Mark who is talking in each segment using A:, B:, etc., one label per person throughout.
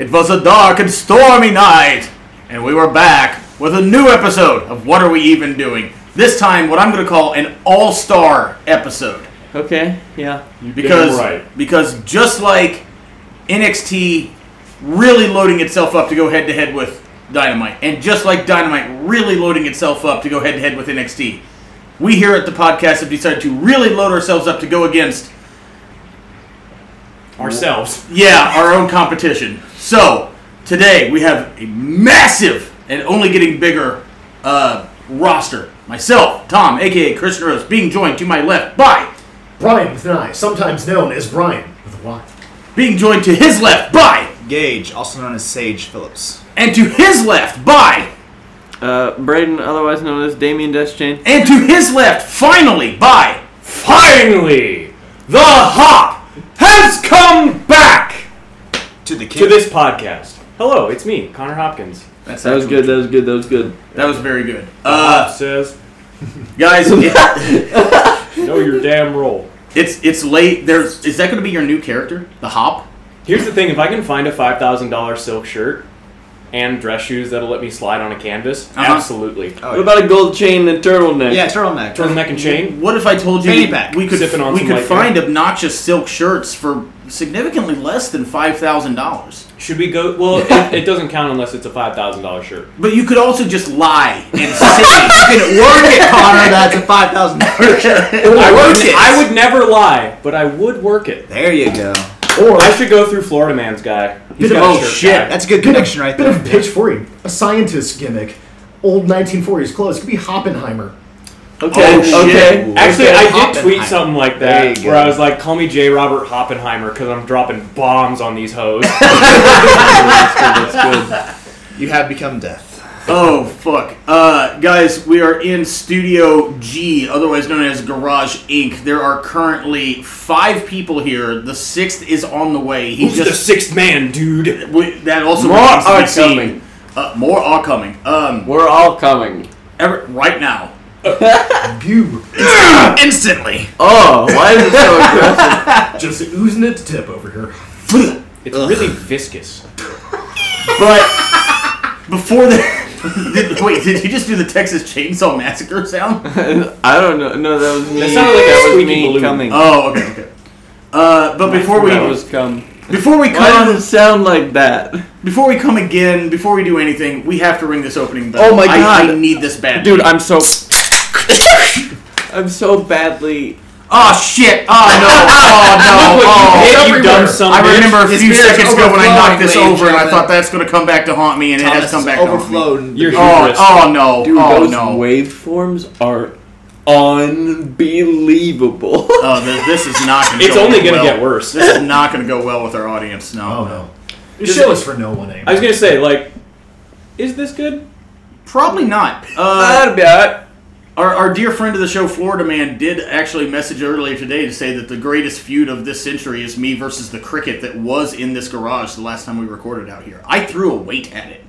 A: was a dark and stormy night, and we were back with a new episode of What Are We Even Doing? This time, what I'm going to call an all star episode.
B: Okay, yeah.
A: Because,
C: Damn right.
A: because just like NXT really loading itself up to go head to head with Dynamite, and just like Dynamite really loading itself up to go head to head with NXT, we here at the podcast have decided to really load ourselves up to go against
C: ourselves.
A: Yeah, our own competition. So today we have a massive and only getting bigger uh, roster. Myself, Tom, aka Christian Rose, being joined to my left by,
D: Brian with an I, sometimes known as Brian with a Y.
A: being joined to his left by,
E: Gage, also known as Sage Phillips.
A: and to his left by,
B: Uh, Braden, otherwise known as Damien Deschain.
A: and to his left finally by
C: Finally,
A: the Hop.
C: has come back
E: To the kid.
C: to this podcast. Hello, it's me, Connor Hopkins.
A: That's
B: That was good, that was good, that was good.
A: That was very good. Uh,
C: says,
A: guys, it,
C: know your damn role.
A: it's it's late. There's is that going to be your new character, the Hop?
C: Here's the thing: if I can find a five thousand dollar silk shirt and dress shoes that'll let me slide on a canvas, absolutely.
E: Oh,
B: What about a gold chain and turtleneck?
E: yeah, turtleneck.
C: Turtleneck and chain.
A: What if I told you
E: Fanny pack.
A: we could
C: Sipping on
A: we
C: some
A: could
C: light
A: find obnoxious silk shirts for significantly less than five thousand dollars?
C: Should we go? Well, it, it doesn't count unless it's a five thousand dollar shirt.
A: But you could also just lie and say, "Didn't work it,
E: Connor,
A: Connor."
E: that's a five thousand dollar shirt.
C: I would,
E: it.
C: I would never lie, but I would work it.
E: There you go.
D: Or
C: I should go through Florida Man's guy. He's
A: of-
C: got a
A: oh,
C: shirt
A: shit.
C: guy.
E: That's a good connection right
D: bit of
E: there.
D: a pitch for you, a scientist gimmick, old 1940s clothes. Could be Oppenheimer.
B: Okay,
A: Oh, shit.
B: okay.
C: Actually,
E: Okay,
C: I did tweet
E: Oppenheimer.
C: something like
E: There
C: that
E: you go.
C: where I was like, "Call me J. Robert Oppenheimer because I'm dropping bombs on these hoes."
E: You have become death.
A: Oh fuck, uh, guys, we are in Studio G, otherwise known as Garage Inc. There are currently five people here. The sixth is on the way. He
C: He's the
A: just
C: sixth man, dude.
A: we, that also
B: More
A: remains to be
B: are
A: seen.
B: coming.
A: Uh, more are coming. Um,
B: We're all coming.
A: ever, right now.
D: You
E: Instantly.
B: Oh, why is it so aggressive?
D: just oozing it to tip over here.
C: It's really viscous.
A: But before that, did, wait, did you just do the Texas Chainsaw Massacre sound?
B: I don't know. No, that was me.
C: That sounded like a
B: that was
C: squeaky
B: me
C: balloon.
B: coming.
A: Oh, okay, okay. Uh, but before we
B: that was come.
A: before we
B: Why does
A: come
B: it sound like that?
A: before we come again before we do anything, we have to ring this opening bell.
B: Oh my
A: I- I,
B: God.
A: need this bad,
B: Dude, I'm so. I'm so badly.
A: Oh shit! Oh no! Oh no!
C: Hey,
A: Oh.
C: you dumb son of a
A: I
C: bitch.
A: remember a
E: His
A: few
E: beer is
A: seconds ago when I knocked this
E: overflowing,
A: over, and I
E: ladies and
A: thought that's gonna come back to haunt me, and it has
E: Thomas
A: come
E: has
A: back to haunt me.
E: overflowed.
C: You're- Hubris.
A: Oh, oh no!
B: Dude,
A: oh
B: those
A: no!
B: waveforms are unbelievable.
A: Oh, th- this is not gonna.
C: It's
A: go
C: only gonna
A: well.
C: get worse.
A: This is not gonna go well with our audience. No.
D: Oh no. This show is for no one
C: I was
D: anymore.
C: gonna say, like, is this good?
A: Probably not. Uh,
B: That'd be alright.
A: our, our dear friend of the show, Florida Man, did actually message earlier today to say that the greatest feud of this century is me versus the cricket that was in this garage the last time we recorded out here. I threw a weight at it.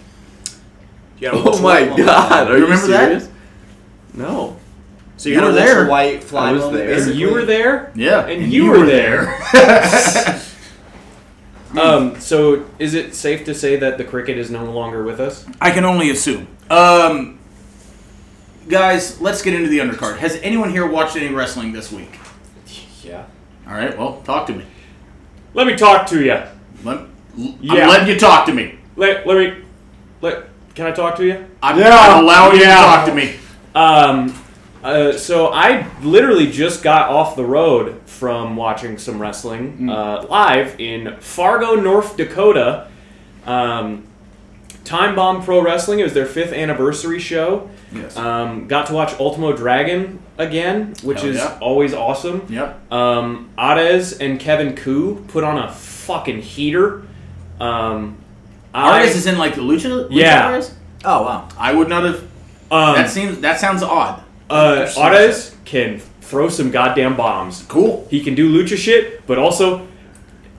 E: You gotta watch
B: Oh my
E: White Fly.
B: god, are you,
A: remember that?
B: serious? No.
E: So you
A: You
E: gotta
A: were
E: watch
A: there.
E: the White fly
B: I was
E: moment,
B: there. And
C: And
E: basically.
C: you were there.
A: Yeah,
C: And you were Um. So, is it safe to say that the cricket is no longer with us?
A: I can only assume. Um, guys, let's get into the undercard. Has anyone here watched any wrestling this week?
C: Yeah.
A: All right, well, talk to me.
C: Let me talk to you.
A: Let, l-
C: Yeah.
A: I'm letting you talk to me.
C: Let Let me. Let. Can I talk to you?
A: I'm,
C: Yeah.
A: I'm allowing you to
C: Yeah.
A: talk to me.
C: Um, uh, so I literally just got off the road from watching some wrestling
A: Mm.
C: uh, live in Fargo, North Dakota. Um, Time Bomb Pro Wrestling. It was their fifth anniversary show.
A: Yes.
C: Um, got to watch Ultimo Dragon again, which
A: Hell
C: is
A: yeah.
C: always awesome.
A: yep.
C: Um, Ares and Kevin Koo put on a fucking heater. Um, I-
A: Artis is in like the lucha. lucha
C: Yeah.
A: Artis?
E: Oh wow.
A: I would not have.
C: um,
A: that seems. That sounds odd.
C: uh, Ares can throw some goddamn bombs.
A: Cool.
C: He can do lucha shit, but also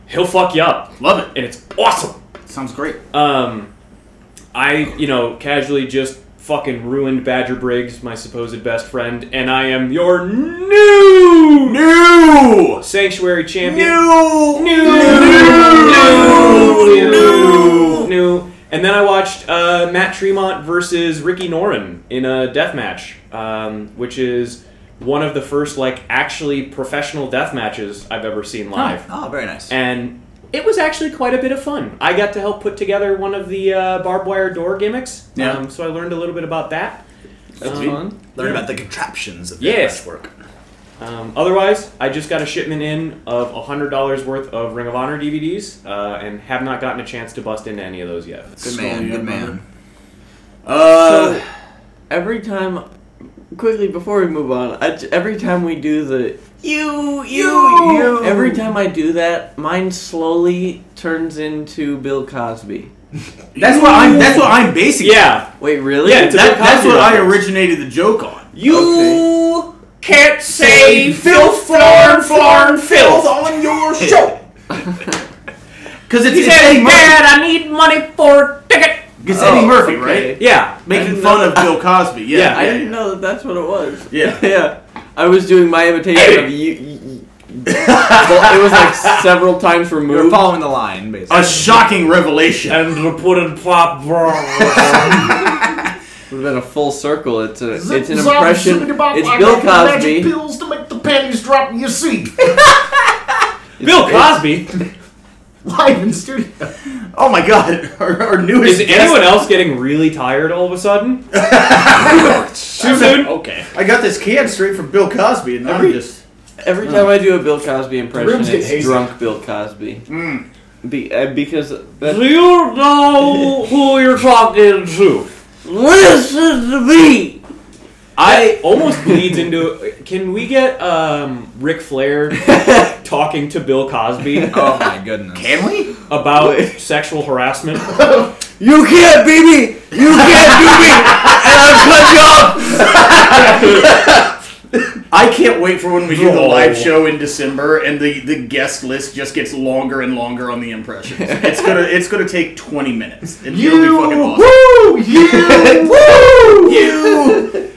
C: he'll fuck you up,
A: Love it.
C: and it's awesome.
A: Sounds great.
C: Um, I you know casually just fucking ruined Badger Briggs, my supposed best friend, and I am your new
A: New.
C: sanctuary champion.
A: New.
C: New. New.
A: New.
C: new. And then I watched uh, Matt Tremont versus Ricky Norin in a death match, um, which is one of the first like actually professional death matches I've ever seen live
E: Oh, very nice.
C: and it was actually quite a bit of fun. I got to help put together one of the uh, barbed wire door gimmicks,
A: Yeah.
C: um, so I learned a little bit about that.
B: That's
C: Um,
B: fun.
E: Learn about the contraptions of
C: Yes.
E: yes. work.
C: Um, otherwise, I just got a shipment in of hundred dollars worth of Ring of Honor DVDs, uh, and have not gotten a chance to bust into any of those yet.
E: Good man,
A: Slowly
E: good
A: up,
E: man.
A: Uh,
B: So every time, quickly before we move on, I j every time we do the you, you you every time I do that, mine slowly turns into Bill Cosby.
A: that's what I'm. That's what I'm basing. it
C: Yeah,
B: Wait, really?
C: Yeah,
A: on. That, that's what I
C: Cosby.
A: originated the joke on.
C: you
B: Okay.
C: can't say filth, florn, florn, filth.
A: on your show. Because it's,
C: He
A: it's
C: says,
A: Eddie Murphy.
C: "Dad, I need money for a ticket."
A: It's
B: Oh,
A: Eddie Murphy,
B: okay.
A: right?
C: Yeah,
A: Making fun of Bill Cosby. Yeah,
C: Yeah,
B: I didn't know that that's what it was.
A: Yeah.
B: yeah. I was doing my imitation of you. you- you- well, it was like several times
E: You're
B: removed.
E: following the line, basically.
A: A shocking revelation.
C: and reported pop
B: Would have been a full circle. It's a,
D: Zip,
B: it's an
D: zop,
B: impression.
D: zippity-bop,
B: It's
D: I
B: Bill
D: make the
B: Cosby.
D: Magic pills to make the panties drop in your seat.
C: Bill Cosby.
D: Live in studio.
A: Oh my god, our, our newest
C: Is
A: guest-
C: anyone else getting really tired all of a sudden? Too soon?
E: okay.
A: I got this can straight from Bill Cosby, and now I'm just
B: Every time I do a Bill Cosby impression,
D: room's getting
B: it's
D: hazy.
B: drunk Bill Cosby. Be, uh, because
C: Do
B: that's,
C: you know who you're talking to?
B: listen to me.
C: I almost leads into. Can we get um, Ric Flair talking to Bill Cosby
E: Oh my goodness.
A: can we?
C: about sexual harassment?
B: You can't beat me. You can't beat me. And I'll cut you off.
A: I can't wait for when we do the
C: No.
A: live show in December, and the, the guest list just gets longer and longer on the impressions. it's gonna it's gonna take twenty minutes. and it'll be fucking
D: You,
A: awesome.
D: woo, you, woo, you.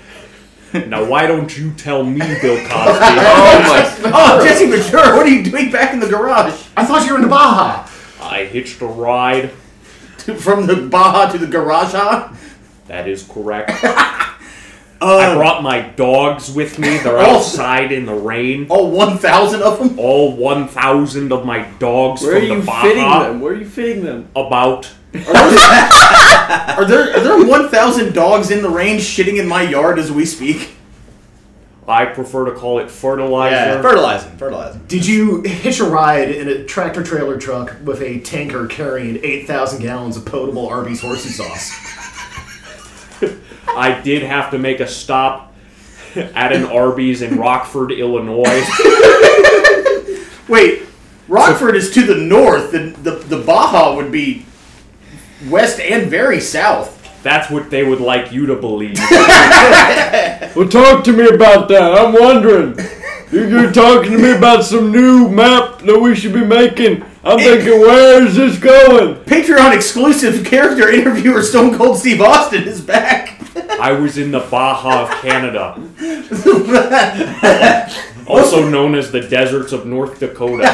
C: Now, why don't you tell me, Bill Cosby?
B: Oh my.
A: Oh, Jesse Ventura, what are you doing back in the garage?
D: I thought you were in the Baja.
C: I hitched a ride.
A: From the Baja to the garage? Huh?
C: That is correct. I brought my dogs with me. They're outside in the rain.
A: All one thousand of them.
C: all 1,000 of my dogs
B: Where are
C: from the
B: you
C: Baja
B: fitting them? Where are you fitting them?
C: about.
A: Are there are there one thousand dogs in the rain shitting in my yard as we speak?
C: I prefer to call it fertilizer.
E: Fertilizing, fertilizing.
D: Did you hitch a ride in a tractor trailer truck with a tanker carrying 8,000 gallons of potable Arby's horsey sauce?
C: I did have to make a stop at an Arby's in Rockford, Illinois.
A: Wait, Rockford is to the north, and the, the Baja would be west and very south.
C: That's what they would like you to believe.
B: Well, talk to me about that. I'm wondering. You- You're talking to me about some new map that we should be making. I'm thinking, where is this going?
A: Patreon exclusive character interviewer Stone Cold Steve Austin is back.
C: I was in the Baja of Canada. also known as the deserts of North Dakota.
B: All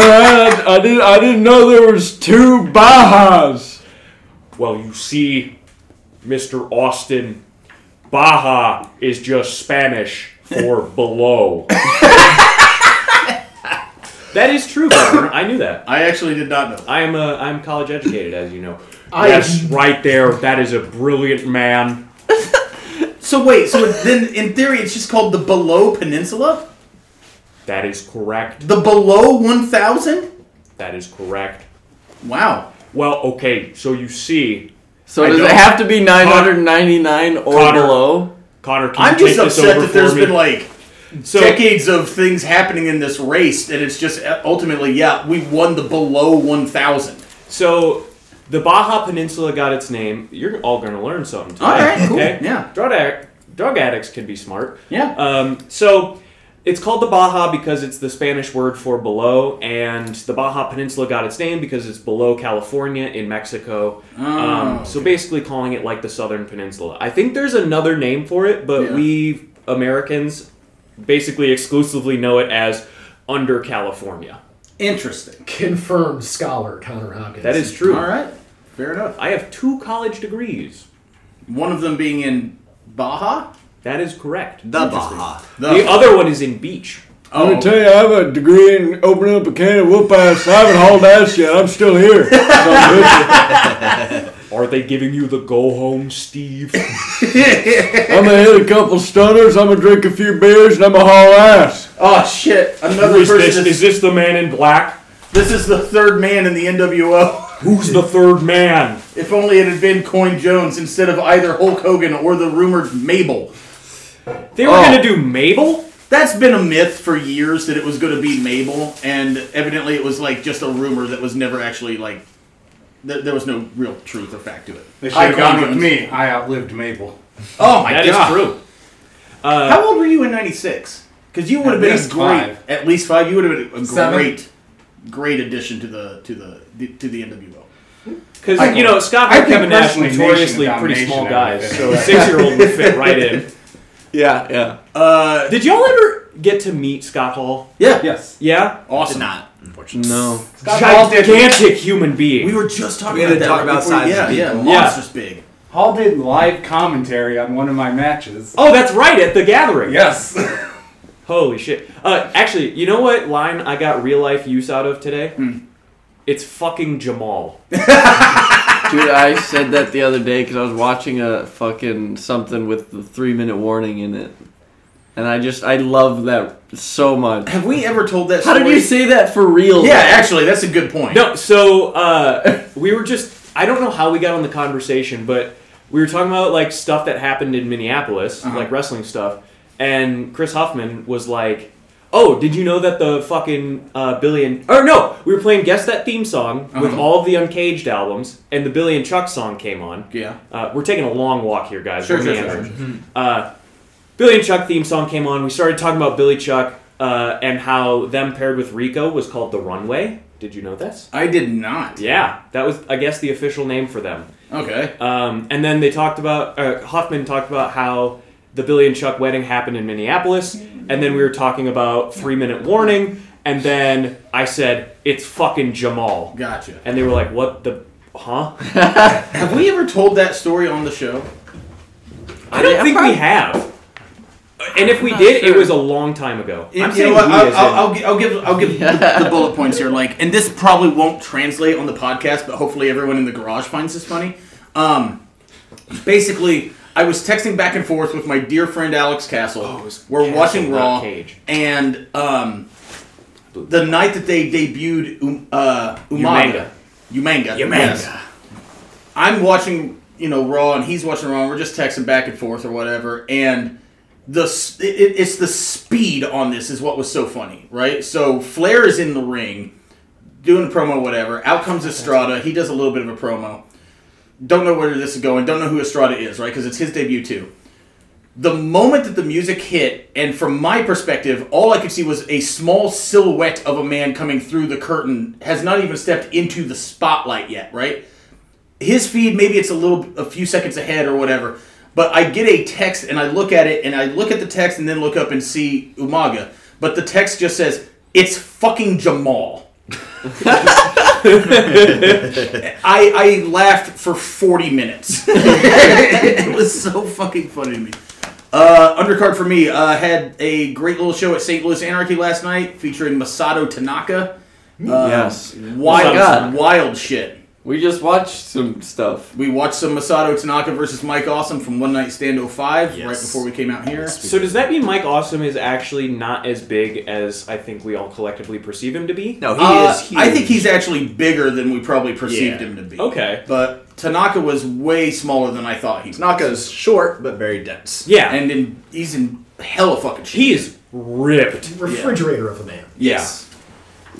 B: right, I, I didn't. I didn't know there was two Bajas.
C: Well, you see, Mr. Austin, Baja is just Spanish for below. that is true, Governor. I knew that.
A: I actually did not know.
C: I am uh, I'm college educated, as you know.
D: I-
C: yes, right there. That is a brilliant man.
A: So wait, so then in theory it's just called the Below Peninsula?
C: That is correct.
A: The Below 1000?
C: That is correct.
A: Wow.
C: Well, okay. So you see,
B: So
A: I
B: does it
A: don't-
B: have to be 999 or
C: Connor.
B: below?
C: Connor, can
A: I'm
C: you
A: just
C: take this
A: upset
C: over
A: that there's
C: for me?
A: been like
C: so,
A: decades of things happening in this race and it's just uh, ultimately yeah, we won the Below 1000.
C: so the Baja Peninsula got its name. You're all going to learn something. Today,
A: All right, cool.
C: Okay?
A: Yeah.
C: Drug, addict, drug addicts can be smart.
A: Yeah.
C: Um, so it's called the Baja because it's the Spanish word for below, and the Baja Peninsula got its name because it's below California in Mexico.
A: Oh,
C: um, so basically calling it like the Southern Peninsula. I think there's another name for it, but
A: Yeah.
C: we Americans basically exclusively know it as under California.
A: Interesting.
D: Confirmed scholar Connor Hopkins.
C: That is true.
A: All right. Fair enough.
C: I have two college degrees.
A: One of them being in Baja.
C: That is correct.
E: The Baja.
C: The other one is in beach.
A: Oh,
F: you, I have a degree in opening up a can of whoop ass. I haven't hauled ass yet. I'm still here.
C: Are they giving you the go home, Steve?
F: I'm gonna hit a couple stunners. I'm gonna drink a few beers, and I'm gonna haul ass.
A: oh shit! Another person. is-
C: this the man in black?
A: this is the third man in the NWO.
C: Who's the third man?
A: If only it had been Coin Jones instead of either Hulk Hogan or the rumored Mabel.
C: They were
F: Oh.
C: gonna do Mabel?
A: That's been a myth for years that it was going to be Mabel, and evidently it was like just a rumor that was never actually like. Th- there was no real truth or fact to it.
G: They should have
A: Hi,
G: gone
A: Coin
G: with
A: Jones.
G: me. I outlived Mabel.
A: Oh my
C: That is
A: god!
C: true.
A: How old were you in '96? Because you would have
G: At
A: been a
G: least
A: great,
G: five.
A: at least five. You would have been a
G: Seven.
A: great, great addition to the to the to the NWO.
G: I-
C: Because you know Scott
G: I
C: and
G: think
C: Kevin Nash were
G: personally
C: notoriously
G: nation
C: pretty
G: domination
C: small
G: I
C: guys,
G: would fit.
C: so a six-year-old would fit right in.
B: Yeah, yeah.
A: Uh,
C: Did y'all ever get to meet Scott Hall?
A: yeah,
G: Yes.
C: Yeah,
A: awesome.
E: Not, unfortunately.
B: No.
G: Scott Hall did,
C: gigantic human being.
A: We were just talking
E: We had
A: about
E: to
A: that.
E: talk
A: right
E: about
A: before-
E: size
A: Yeah,
E: of
A: yeah,
E: people.
A: monsters big.
G: Hall did live commentary on one of my matches.
C: oh, that's right, at the gathering.
G: Yes.
C: Holy shit. Uh, actually, you know what line I got real life use out of today? It's fucking Jamal.
B: Dude, I said that the other day because I was watching a fucking something with the three minute warning in it. And I just, I love that so much.
A: Have we ever told that?
B: How
A: Story?
B: did you say that for real?
A: Yeah, actually, that's a good point.
C: No, so uh, we were just I don't know how we got on the conversation, but we were talking about like stuff that happened in Minneapolis, like wrestling stuff, and Chris Huffman was like, "Oh, did you know that the fucking uh, Billy and or no, we were playing guess that theme song with all of the Uncaged albums, and the Billy and Chuck song came on.
A: Yeah.
C: Uh, we're taking a long walk here, guys.
A: Sure,
C: We're
A: sure, Mm-hmm. sure,
C: meandering. Uh, Billy and Chuck theme song came on. We started talking about Billy Chuck uh, and how them paired with Rico was called the Runway. Did you know this?
A: I did not.
C: Yeah, that was I guess the official name for them.
A: Okay.
C: Um, and then they talked about uh, Hoffman talked about how the Billy and Chuck wedding happened in Minneapolis, and then we were talking about three minute warning, and then I said it's fucking Jamal,
A: Gotcha.
C: and they were like, what the. Huh?
A: Have we ever told that story on the show?
C: I don't
B: Yeah,
C: think we
B: probably-
C: have. And if we did, it was a long time ago.
A: You
C: I'm
A: know
C: saying
A: what,
C: we
A: I'll,
C: as in-
A: I'll, I'll gi- I'll give I'll give the, the bullet points here. Like, and this probably won't translate on the podcast, but hopefully everyone in the garage finds this funny. Um, basically, I was texting back and forth with my dear friend Alex Castle.
C: Oh, was
A: We're
C: Castle,
A: watching
C: not
A: Raw,
C: Cage.
A: and um, the night that they debuted um, uh, Umanga, Umanga, Umanga. I'm watching, you know, Raw, and he's watching Raw. And we're just texting back and forth or whatever, and the s- it, it- it's the speed on this is what was so funny, right? So Flair is in the ring, doing a promo, whatever. Out comes Estrada. He does a little bit of a promo. Don't know where this is going. Don't know who Estrada is, right? Because it's his debut too. The moment that the music hit, and from my perspective, all I could see was a small silhouette of a man coming through the curtain. Has not even stepped into the spotlight yet, right? his feed maybe it's a little a few seconds ahead or whatever but i get a text and i look at it and i look at the text and then look up and see umaga but the text just says it's fucking jamal I, I laughed for 40 minutes. it was so fucking funny to me. Uh, undercard for me uh, had a great little show at St. Louis Anarchy last night featuring Masato Tanaka. Um,
B: Yes.
A: Wild,
B: God.
A: wild shit.
B: We just watched some stuff.
A: We watched some Masato Tanaka versus Mike Awesome from One Night Stand 05 right
E: Yes.
A: before we came out here.
C: So does that mean Mike Awesome is actually not as big as I think we all collectively perceive him to be?
E: No, he
A: Uh,
E: is huge.
A: I think he's actually bigger than we probably perceived
E: Yeah.
A: him to be.
C: Okay.
A: But Tanaka was way smaller than I thought he was.
E: Naka's short but very dense.
C: Yeah. And
A: And in, he's in hella fucking shape.
C: he is ripped.
D: refrigerator of a man.
A: Yeah.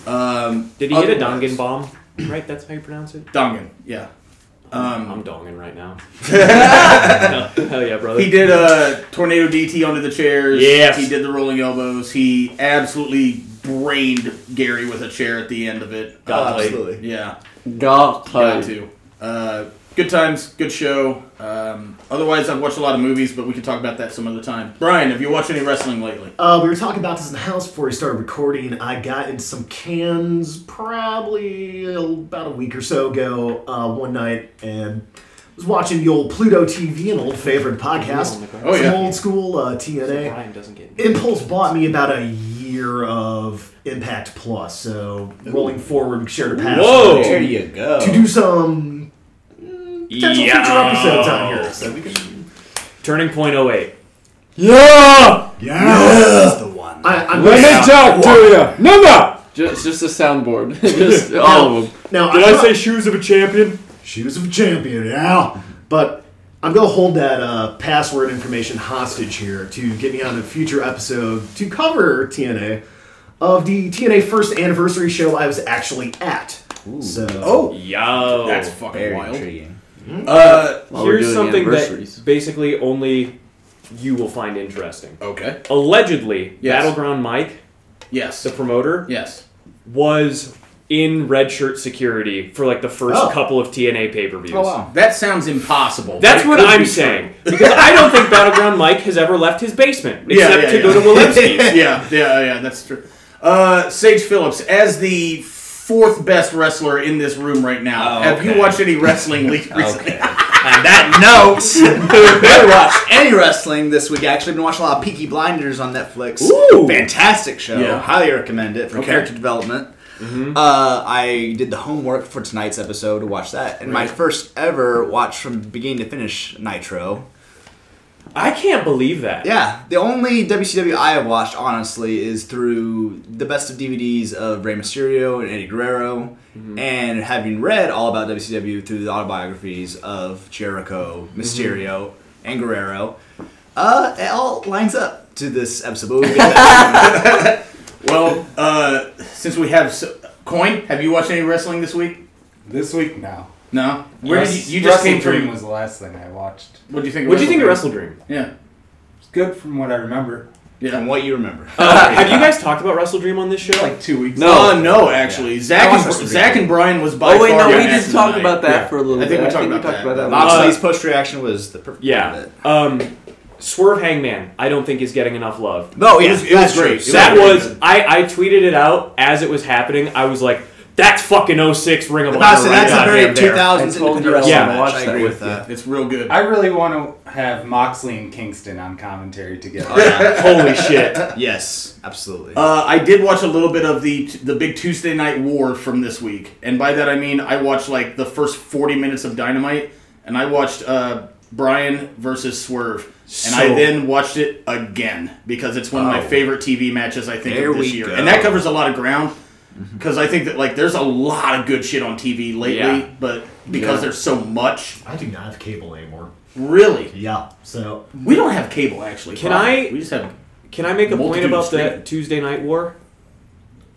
A: Um,
C: Did he hit a
A: Otherwise-
C: dongan bomb? Right, that's how you pronounce it.
A: Dongan, yeah.
C: I'm donging right now. Hell yeah, brother.
A: He did a tornado DT onto the chairs.
C: Yes.
A: He did the rolling elbows. He absolutely brained Gary with a chair at the end of it.
E: God,
A: Uh,
E: absolutely.
A: Yeah.
E: Oh,
B: God,
A: Got to. Uh, good times, good show. Um, Otherwise, I've watched a lot of movies, but we can talk about that some other time. Brian, have you watched any wrestling lately?
E: Oh.
D: Uh, we were talking about this in the house before we started recording. I got in some cans probably about a week or so ago uh, one night and was watching the old Pluto TV, an old favorite podcast.
A: Oh,
D: some
A: yeah.
D: old school uh, TNA.
C: Brian doesn't get
D: Impulse bought me about a year of Impact Plus, so rolling forward, we shared a pass.
C: Whoa.
E: There you go.
D: To do some mm, potential future
C: Yeah.
D: episodes on here. So we can.
C: Turning point 08.
F: Yeah!
E: That's the one.
D: I, I'm
F: Let
D: gonna-
F: me talk to you. Never!
B: Just, just a soundboard. just all of them.
D: Now,
C: Did
D: I'm
C: I
D: not-
C: say shoes of a champion?
D: Shoes of a champion, yeah. But I'm gonna hold that uh, password information hostage here to get me on a future episode to cover TNA of the TNA first anniversary show I was actually at. So,
E: oh,
C: Yo.
A: That's fucking
E: very
A: wild.
E: intriguing.
A: Uh,
B: While we're
C: Here's
B: doing
C: something
B: anniversaries.
C: that basically only you will find interesting.
A: okay.
C: Allegedly,
A: Yes.
C: Battleground Mike,
A: Yes.
C: the promoter,
A: Yes.
C: was in red shirt security for like the first
D: Oh.
C: couple of TNA pay per
E: Oh,
C: views.
A: That sounds impossible.
C: That's
A: but it
C: what
A: could
C: I'm
A: be
C: saying. Because I don't think Battleground Mike has ever left his basement,
A: Yeah,
C: except
A: yeah,
C: to go
A: yeah.
C: to Walensky's.
A: yeah, yeah, yeah, that's true. Uh, Sage Phillips, as the fourth best wrestler in this room right now,
E: Oh,
A: have you
E: okay.
A: watched any wrestling league recently?
E: Okay. On that note, better watch any wrestling this week. I actually been watching a lot of Peaky Blinders on Netflix.
C: Ooh.
E: Fantastic show.
A: Yeah.
E: Highly recommend it for
A: Okay.
E: character development. Uh, I did the homework for tonight's episode to watch that, and my first ever watch from beginning to finish Nitro.
C: I can't believe that.
E: Yeah, the only WCW I have watched, honestly, is through the best of DVDs of Rey Mysterio and Eddie Guerrero,
A: Mm-hmm.
E: and having read all about WCW through the autobiographies of Jericho,
A: Mm-hmm.
E: Mysterio, and Guerrero. Uh, it all lines up to this episode. But we'll get that.
A: Well, uh, since we have s coin, have you watched any wrestling this week?
G: This week now.
A: No. Where did
G: Wrest-
A: you, you just
G: Wrestle
A: came
G: Dream
A: from?
G: was the last thing I watched.
A: What do you think?
C: What do you think of
A: Wrestle
C: Wrestle Dream?
A: Dream?
G: It's good from what I remember.
A: Yeah.
E: from
A: Yeah.
E: what you remember.
C: Uh, have you guys talked about Wrestle Dream on this show?
G: Like two weeks.
B: No.
A: uh, no, actually,
E: I
A: Zach
E: watched
A: and,
E: Wrestle Dream.
A: Zach and Brian was by
B: Oh wait,
A: far
B: no,
A: the
B: we
A: best
B: did talk
A: tonight.
B: about that
A: Yeah.
B: for a little
A: I
B: bit.
A: think we talked
B: we
A: about
B: talked
A: that.
B: about that. last-
E: Moxley's post reaction was the perfect part
C: Yeah.
E: of it.
C: Um, Swerve Hangman, I don't think is getting enough love.
E: No, yeah,
A: It was- it was
E: that's
A: great.
E: true.
A: It
C: That
A: really
C: was I, I tweeted it out as it was happening. I was like, that's fucking 06 Ring of Honor.
E: Honestly,
C: right
E: that's a
C: goddamn
E: very
C: there.
E: 2000s
B: I told
E: independent
B: you I was
E: wrestling
C: gonna
E: match.
B: watch
E: I
B: that
E: agree
B: with
E: with that.
A: It's real good.
G: I really want to have Moxley and Kingston on commentary together.
E: Oh, yeah.
C: Holy shit.
E: yes, absolutely.
A: Uh, I did watch a little bit of the the big Tuesday night war from this week, and by that I mean I watched like the first forty minutes of Dynamite, and I watched uh, Brian versus Swerve, and I
C: So-
A: then watched it again because it's one of my
E: Oh.
A: favorite TV matches I think
E: There
A: of this
E: we
A: year,
E: go.
A: and that covers a lot of ground
C: Mm-hmm.
A: because I think that like there's a lot of good shit on TV lately,
C: Yeah.
A: but because there's so much,
D: I do not have cable anymore.
A: really,
D: Yeah, so
A: we don't have cable actually.
C: Can
A: Brian.
C: I-
A: We just have.
C: Can I make a point
A: Multitude
C: about the
A: streaming.
C: Tuesday Night War?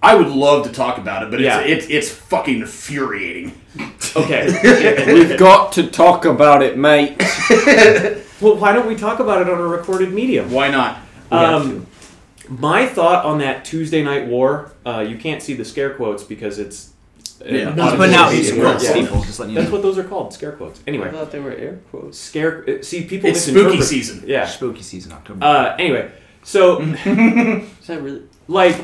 A: I would love to talk about it, but
C: Yeah.
A: it's, it's it's fucking infuriating.
C: Okay.
F: We've got to talk about it, mate.
C: well, why don't we talk about it on a recorded medium?
A: Why not?
C: Um, my thought on that Tuesday Night War, uh, you can't see the scare quotes because it's. uh,
A: Yeah.
E: He's
A: Audible
E: putting out
A: is
E: his
A: good.
E: quotes,
A: Yeah.
E: people. Just letting you
C: That's
E: know.
C: what those are called, scare quotes.
B: I
C: Anyway,
B: thought they were air quotes.
C: scare. uh, See, people.
A: It's spooky
C: misinterpret-
A: season.
C: Yeah.
E: Spooky season, October.
C: Uh, anyway,
E: Mm-hmm.
C: so
B: Is that really?
C: like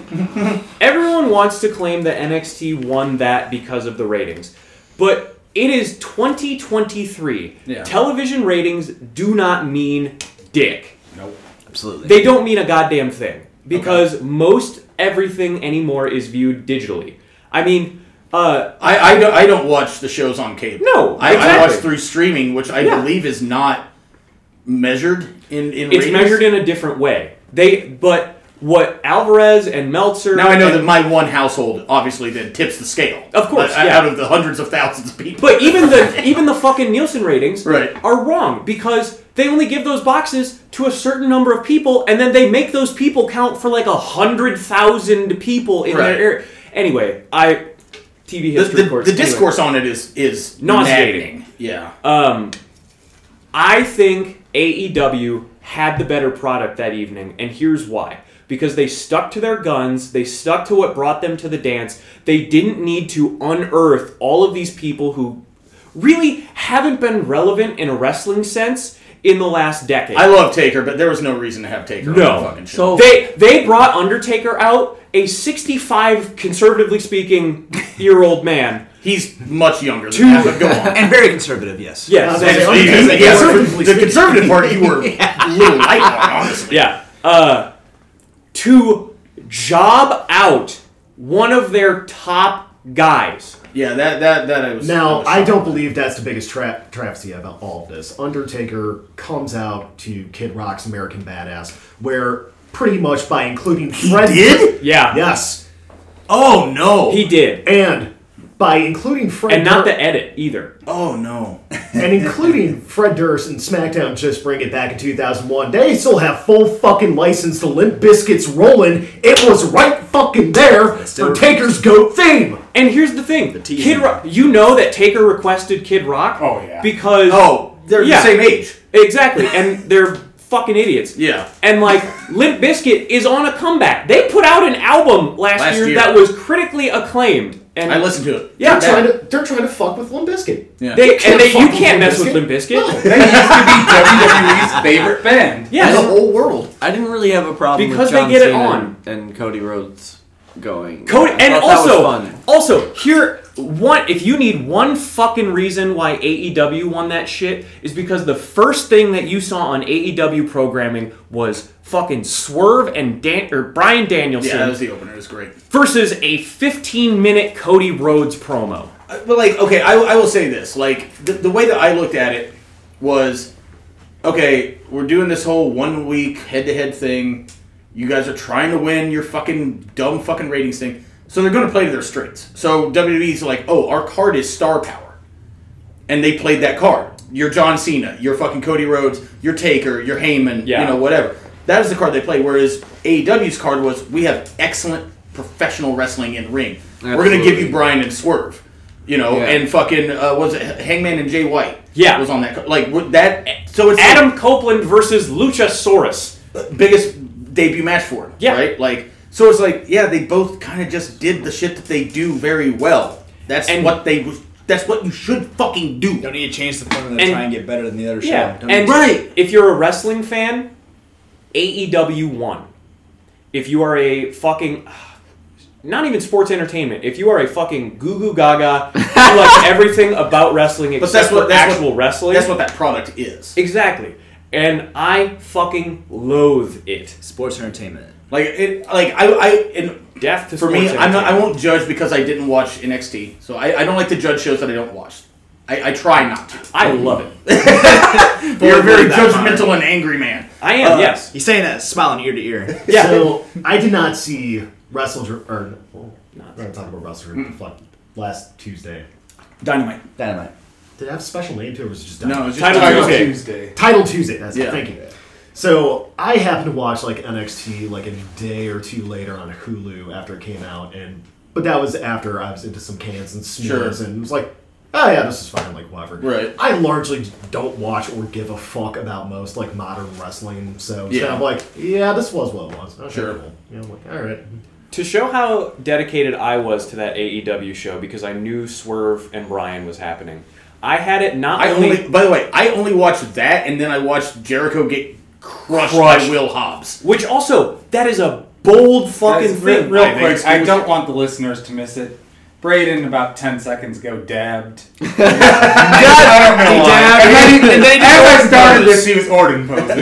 C: everyone wants to claim that NXT won that because of the ratings, but it is 2023.
A: Yeah.
C: Television ratings do not mean dick.
G: Nope.
E: Absolutely.
C: They don't mean a goddamn thing because most everything anymore is viewed digitally. I mean, uh,
A: I, I, don't, I don't watch the shows on cable.
C: No,
A: I, I
C: exactly.
A: watch through streaming, which I
C: Yeah.
A: believe is not measured in in.
C: it's measured in a different way. They but what Alvarez and Meltzer
A: Now I know
C: and-
A: that my one household obviously then tips the scale.
C: Of course,
A: Uh,
C: yeah.
A: out of the hundreds of thousands of people.
C: But even the even the fucking Nielsen ratings
A: Right.
C: are wrong because they only give those boxes to a certain number of people, and then they make those people count for like a hundred thousand people in
A: Right.
C: their area. Anyway, I TV
A: the,
C: history
A: the,
C: course.
A: the
C: Anyway,
A: discourse on it is is
C: Nauseating.
A: maddening. Yeah,
C: um, I think AEW had the better product that evening, and here's why. Because they stuck to their guns, they stuck to what brought them to the dance. They didn't need to unearth all of these people who really haven't been relevant in a wrestling sense in the last decade.
A: I love Taker, but there was no reason to have Taker
C: No.
A: on the fucking show.
B: So
C: They they brought Undertaker out, a 65, conservatively speaking, year old man.
A: He's much younger than that, but go on.
E: and very conservative. Yes.
C: Yes,
D: I was
A: Yeah,
D: gonna say,
A: yeah, yeah,
D: conservatively
A: the conservative party, you were a little light on, honestly.
C: yeah. Uh, to job out one of their top guys.
A: Yeah, that that that I was.
D: Now,
A: was
D: I don't
A: shocked.
D: believe that's the biggest tra- travesty about all of this. Undertaker comes out to Kid Rock's American Badass, where pretty much by including Fred
A: did?
C: Yeah,
D: yes,
A: Oh no.
C: he did,
D: and by including Fred
C: and not
D: Dur-
C: the edit either.
A: oh no.
D: and including Fred Durst and SmackDown just bring it back in 2001. They still have full fucking license to Limp Biscuits rolling. It was right fucking there for
E: Still-
D: Taker's goat theme.
C: And here's the thing,
E: T is
C: Kid
E: in
C: Rock. You know that Taker requested Kid Rock.
G: Oh, yeah.
C: because
A: Oh, they're
C: Yeah.
A: the same age.
C: exactly, and they're fucking idiots.
A: Yeah.
C: And like Limp Bizkit is on a comeback. They put out an album last,
A: Last
C: year,
A: year.
C: that was critically acclaimed. And
A: I listened to it.
C: Yeah,
D: They're trying to they're trying to fuck with Limp Bizkit.
A: Yeah.
C: they, and they, you
D: fuck with
C: can't
D: Limp
C: mess with
D: Bizkit.
C: Limp Bizkit.
G: That
C: E.
G: used to be WWE's favorite band.
E: The
C: Yes.
E: whole world.
B: I didn't really have a problem
C: Because
B: with
C: they
B: John
C: get it
B: Cena
C: on.
B: and, and Cody Rhodes going.
C: Cody,
B: I
C: and
B: thought that was
C: also,
B: fun.
C: also here, one if you need one fucking reason why AEW won that shit is because the first thing that you saw on AEW programming was fucking Swerve and Dan or Brian Danielson
A: Yeah, that was the opener. It was great.
C: versus a 15 minute Cody Rhodes promo.
A: Uh, But like, okay, I, I will say this. Like, the, the way that I looked at it was, okay, we're doing this whole one week head to head thing. You guys are trying to win your fucking dumb fucking ratings thing, so they're going to play to their strengths. So WWE's like, oh, our card is star power, and they played that card. Your John Cena, your fucking Cody Rhodes, your Taker, your Heyman,
C: Yeah.
A: you know whatever. That is the card they play. Whereas AEW's card was, we have excellent professional wrestling in ring. We're going to give
B: Absolutely.
A: you Brian and Swerve, you know,
B: Yeah.
A: and fucking uh, was it Hangman and Jay White?
C: Yeah.
A: was on that. co- Like would that. So it's
C: Adam Copeland versus Luchasaurus.
A: like, biggest debut match for him.
C: Yeah.
A: right. Like so, it's like yeah, they both kind of just did the shit that they do very well. That's
C: And-
A: what they. was- That's what you should fucking do.
E: Don't need to change the formula
C: And-
E: to try and get better than the other show.
C: Yeah,
E: Don't
C: and
E: need to-
A: Right.
C: if you're a wrestling fan, AEW won. If you are a fucking not even sports entertainment, if you are a fucking goo goo gaga, you like everything about wrestling
A: But
C: except
A: that's
C: for
A: what that's
C: actual
A: what,
C: wrestling.
A: That's what that product is.
C: exactly. And I fucking loathe it.
E: sports entertainment.
A: Like it. Like I. I and
C: Death to
A: for
C: sports
A: me, I'm not, I
C: entertainment.
A: won't judge because I didn't watch NXT. So I, I don't like to judge shows that I don't watch. I, I try not to.
C: I love it.
A: You're a very
E: That
A: judgmental and angry man.
C: I am.
E: Uh,
C: yes.
E: He's saying that smiling ear to ear.
C: Yeah.
D: So I did not see Wrestle Dr- or we're gonna talk about Wrestle Dr- fuck, last Tuesday.
A: Dynamite.
E: Dynamite.
D: Did I have a special name to it? Or was it just E?
A: No,
D: Dynamite?
A: it's just
C: Title
A: Title
C: Tuesday.
G: Tuesday.
D: Title Tuesday. That's it.
A: Yeah.
D: Thank you. So I happened to watch like NXT like a day or two later on Hulu after it came out, and but that was after I was into some cans and smears
A: Sure.
D: and was like, oh yeah, this is fine, like whatever.
A: Right.
D: I largely don't watch or give a fuck about most like modern wrestling, so it's
A: Yeah.
D: kind of like, yeah, this was what it was. Okay,
A: Sure.
D: cool. You know, like, all right.
C: To show how dedicated I was to that AEW show because I knew Swerve and Brian was happening, I had it not
A: I only. By the way, I only watched that, and then I watched Jericho get crushed,
C: Crushed.
A: by Will Hobbs.
C: Which also, that is a bold fucking
G: Guys,
C: thing.
G: Real, real
A: I think
G: quick,
A: it's
G: I
A: cool.
G: don't want the listeners to miss it. Braden, about 10 seconds ago, dabbed. I don't know why. And then he-
E: and then he
G: As I
E: just
G: started
E: goes.
G: this, he was Orton posing.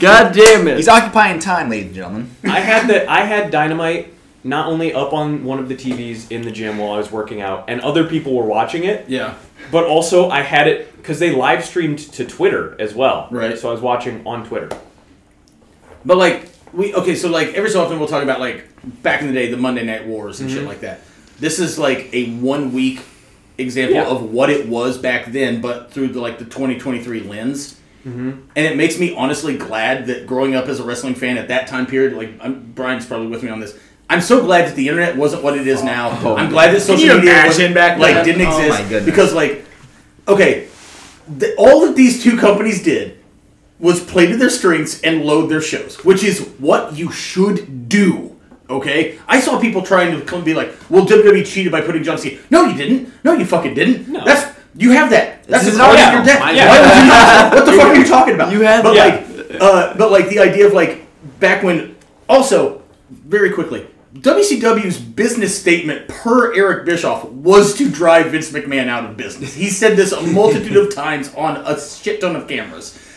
B: God damn it!
E: He's occupying time, ladies and gentlemen.
C: I had that. I had dynamite not only up on one of the TVs in the gym while I was working out, and other people were watching it,
A: Yeah.
C: but also I had it because they live streamed to Twitter as well.
A: Right.
C: So I was watching on Twitter.
A: But like we okay, so like every so often we'll talk about like back in the day the Monday Night Wars and
E: Mm-hmm.
A: shit like that. This is like a one week example
C: Yeah.
A: of what it was back then, but through the like the 2023 lens.
E: Mm-hmm.
A: And it makes me honestly glad that growing up as a wrestling fan at that time period, like I'm, Brian's probably with me on this. I'm so glad that the internet wasn't what it is now. I'm glad that social
E: Oh, you
A: media
E: imagine
A: wasn't,
E: back
A: like
E: then?
A: didn't
E: Oh my
A: exist
E: goodness.
A: because like okay, the, all that these two companies did was play to their strengths and load their shows, which is what you should do. Okay, I saw E people trying to come be like, "Well, WWE cheated by putting John Cena." No, you didn't. No, you fucking didn't.
C: No.
A: That's You have that. That's
E: This
A: a
E: is
A: card
E: not-
A: in your deck.
E: yeah,
A: Why
E: my-
A: would you not? What the fuck are you talking about?
E: You had-
A: but
C: yeah.
A: like, uh, but like the idea of like back when. Also, very quickly, WCW's business statement per Eric Bischoff was to drive Vince McMahon out of business. He said this a multitude of times on a shit ton of cameras.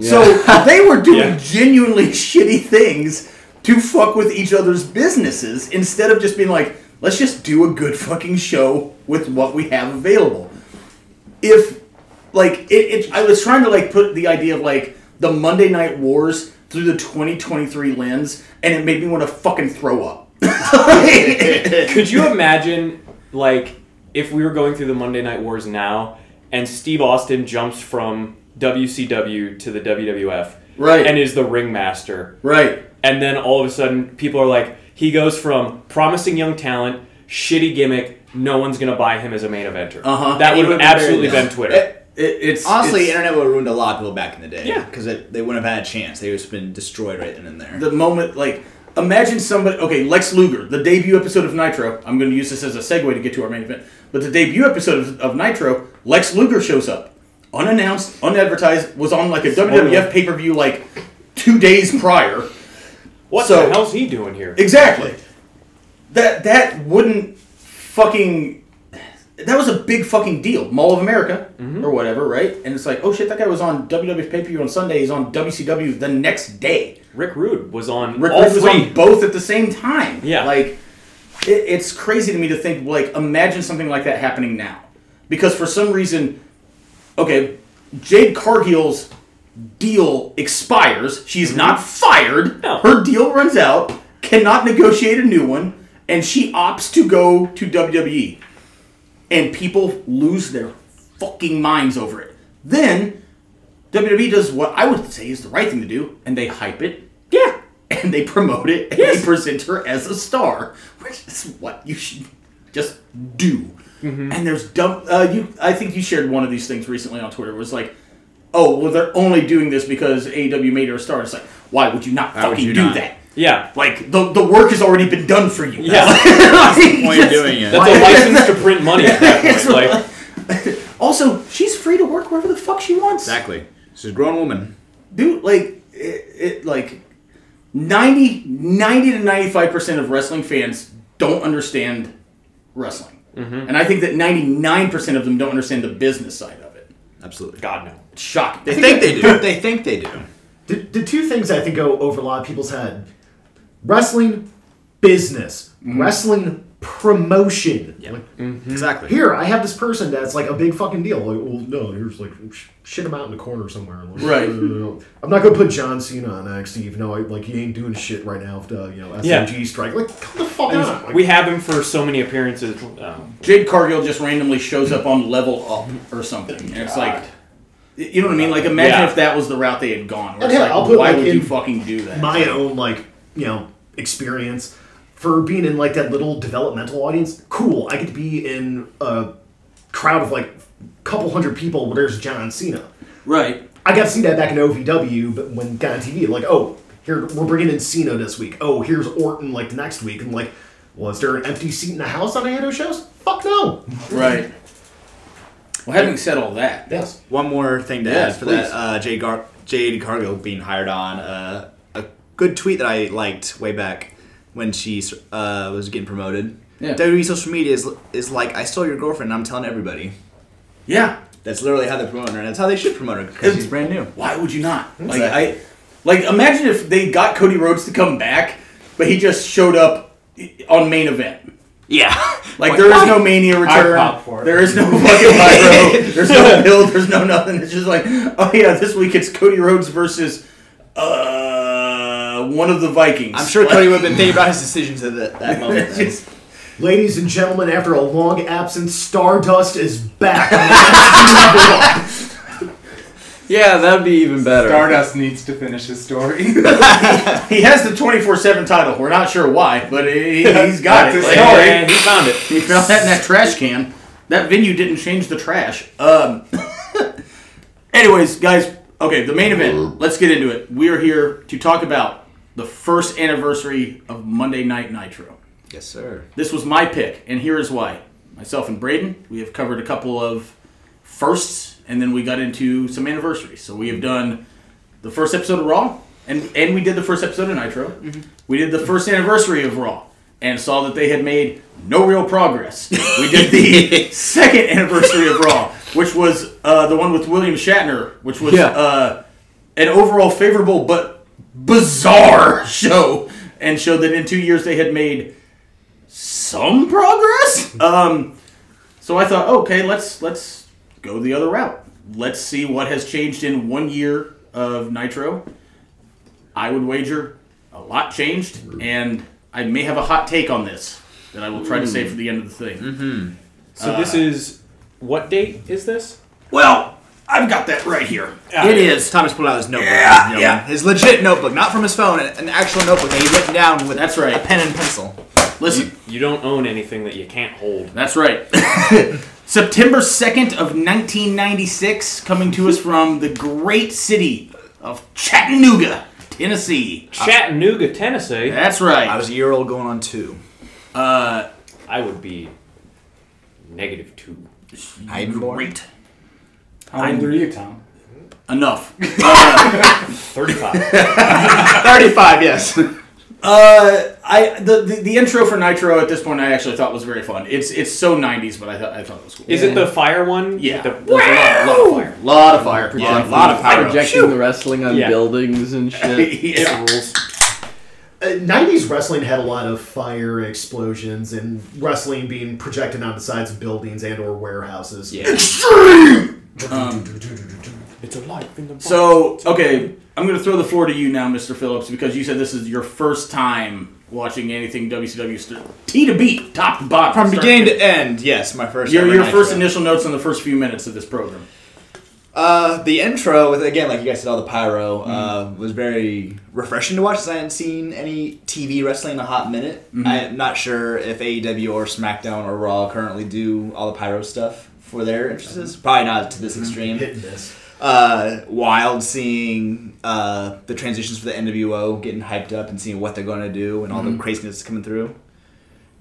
A: So they were doing
C: Yeah.
A: genuinely shitty things to fuck with each other's businesses instead of just being like, let's just do a good fucking show with what we have available. If like it, it I was trying to like put the idea of like the Monday Night Wars through the 2023 lens, and it made me want to fucking throw up.
C: Could you imagine, like, if we were going through the Monday Night Wars now, and Steve Austin jumps from WCW to the WWF,
A: Right.
C: and is the ringmaster,
A: right.
C: and then all of a sudden people are like, he goes from promising young talent, shitty gimmick, no one's gonna buy him as a main eventer.
A: Uh-huh.
C: That
A: He
C: would have
A: would've been
C: absolutely
A: buried.
C: been Twitter.
A: It, it- it's
E: Honestly,
A: it's-
E: internet would have ruined a lot of people back in the day.
C: Yeah.
E: Because they wouldn't have had a chance. They would have been destroyed right then and there.
A: the moment like imagine somebody okay lex luger the debut episode of nitro i'm going to use this as a segue to get to our main event but the debut episode of, of nitro lex luger shows up unannounced unadvertised was on like a wwf pay-per-view like two days prior
C: What
A: So-
C: the hell's he doing here?
A: exactly that that wouldn't fucking that was a big fucking deal mall of america or whatever right and it's like oh shit that guy was on wwf pay-per-view on sunday he's on wcw the next day
C: Rick Rude was on
A: Rick
C: all
A: Rude was
C: three.
A: on both at the same time.
C: Yeah.
A: Like, it, it's crazy to me to think, like, imagine something like that happening now. Because for some reason, okay, Jade Cargill's deal expires. She's not fired.
C: Mm-hmm. No.
A: Her deal runs out, cannot negotiate a new one, and she opts to go to E. WWE. And people lose their fucking minds over it. Then WWE does what I would say is the right thing to do, and they hype it
C: yeah.
A: and they promote it and they present her as a star, which is what you should just do.
E: Mm-hmm.
A: And there's dumb. Uh, you, I think you shared one of these things recently on Twitter. Was like, oh, well, they're only doing this because AEW made her a star. It's like, why would you not
E: would
A: fucking
E: you
A: do
E: not?
A: that?
C: Yeah.
A: Like the the work has already been done for you.
C: Yeah.
A: Like,
E: point
A: just-
E: of doing it.
C: That's a license to print money at that point. Like,
A: Also, she's free to work wherever the fuck she wants.
E: Exactly. She's a grown woman.
A: dude like it, it like 90 90 to 95 percent of wrestling fans don't understand wrestling
C: Mm-hmm.
A: and i think that 99 percent of them don't understand the business side of it
E: Absolutely.
C: God, no.
A: it's shocking
E: They think they do. They think they do.
D: The, the two things I think go over a lot of people's head: wrestling business,
A: Mm-hmm.
D: wrestling promotion. Like,
E: Exactly.
D: Here, I have this person that's like a big fucking deal. Like, well, no, here's like sh- shit him out in the corner somewhere. Like,
A: Right.
D: I'm not gonna put John Cena on NXT even though I like he ain't doing shit right now. If the you know
C: Yeah.
D: SMG strike, like come the fuck out. Like,
C: We have him for so many appearances. Um,
A: jade cargill just randomly shows up on level up or something and it's like you know what i mean like imagine
C: Yeah.
A: if that was the route they had gone where it's
D: Yeah,
A: like,
D: I'll put,
A: why
D: like,
A: would you
D: in
A: fucking do that
D: my own like you know experience for being in like that little developmental audience cool i get to be in a crowd of like couple hundred people where there's john cena
A: right
D: i got to see that back in ovw but when got on tv like oh here we're bringing in cena this week oh here's orton like next week and like was there an empty seat in the house on any of those shows fuck no
A: right well having said all that
D: yes
E: One more thing to
A: Yes,
E: add for
A: please.
E: that uh, Jade, Gar- Jade Cargill being hired on. Uh, a good tweet that I liked way back when she uh, was getting promoted.
A: Yeah.
E: WWE social media is, is like, I stole your girlfriend and I'm telling everybody.
A: yeah
E: That's literally how they're promoting her, and that's how they should promote her because she's brand new.
A: Why would you not? Like
E: Exactly.
A: I, like imagine if they got Cody Rhodes to come back, but he just showed up on main event.
E: Yeah.
A: Like there is no Mania return.
G: pop for it.
A: There is no fucking pyro. There's no build. There's no nothing. It's just like, oh yeah, this week it's Cody Rhodes versus uh one of the Vikings.
E: I'm sure Cody would have been thinking about his decisions at that, that moment. then.
A: Just-
D: ladies and gentlemen after a long absence stardust is back
B: Yeah, that'd be even better.
G: Stardust needs to finish his story.
A: he has the 24 seven title. We're not sure why, but he, he's got it.
G: That's his
A: Like,
G: story.
C: and he found it.
A: He found that in that trash can. That venue didn't change the trash. Um. anyways, guys. Okay, the main event. Let's get into it. We are here to talk about the first anniversary of Monday Night Nitro.
E: yes, sir.
A: This was my pick, and here is why. Myself and Braden, we have covered a couple of firsts, and then we got into some anniversaries. So we have done the first episode of Raw, and and we did the first episode of Nitro. We did the first anniversary of Raw, and saw that they had made no real progress. We did the second anniversary of Raw, which was uh, the one with William Shatner, which was
B: Yeah.
A: uh, an overall favorable but bizarre show, and showed that in two years they had made some progress. Um, so I thought, okay, let's let's go the other route. Let's see what has changed in one year of Nitro. I would wager a lot changed, and I may have a hot take on this that I will try to save for the end of the thing.
E: Mm-hmm.
C: So this is what date is this?
A: Well, I've got that right here.
E: It is. Thomas pulled out his notebook.
A: Yeah,
E: you know,
A: yeah.
E: His legit notebook, not from his phone, an an actual notebook that he written down with
A: That's right.
E: a pen and pencil.
A: Listen,
C: You don't own anything that you can't hold.
A: That's right. September 2nd of 1996, coming to us from the great city of Chattanooga, Tennessee.
C: Chattanooga, Tennessee.
A: That's
E: I
A: right.
E: was a year old going on two.
A: Uh,
C: I would be negative two.
E: I even more.
A: great.
G: How old are you, Tom?
A: Enough.
C: 35.
E: 35, yes.
A: Uh, I the, the the intro for Nitro at this point I actually thought was very fun. It's it's so 90s, but I thought I thought it was cool.
C: Is it the fire one?
A: Yeah.
C: The, there's a lot, lot of fire.
A: lot of fire. Yeah,
B: Projecting,
A: lot of fire.
B: projecting the wrestling on
C: Yeah.
B: buildings and shit.
A: Yeah.
C: It rules.
D: Uh, 90s wrestling had a lot of fire explosions and wrestling being projected on the sides of buildings and or warehouses.
A: Yeah. Um,
C: It's a life in the
A: So okay, I'm gonna throw the floor to you now, Mr. Phillips, because you said this is your first time watching anything WCW st- T to B, top to bottom,
E: From
A: start
E: beginning
A: finish.
E: to end, yes, my first.
A: Your,
E: ever
A: your
E: Nitro.
A: first initial notes on the first few minutes of this program.
E: Uh, the intro with again, like you guys said, all the pyro uh,
A: Mm-hmm.
E: was very refreshing to watch. Since I hadn't seen any TV wrestling in a hot minute.
A: Mm-hmm.
E: I'm not sure if AEW or SmackDown or Raw currently do all the pyro stuff for their entrances.
A: Mm-hmm.
E: Probably not to this extreme.
D: Hit and miss.
E: uh, wild seeing uh, the transitions for the NWO getting hyped up and seeing what they're going to do and all the craziness coming through.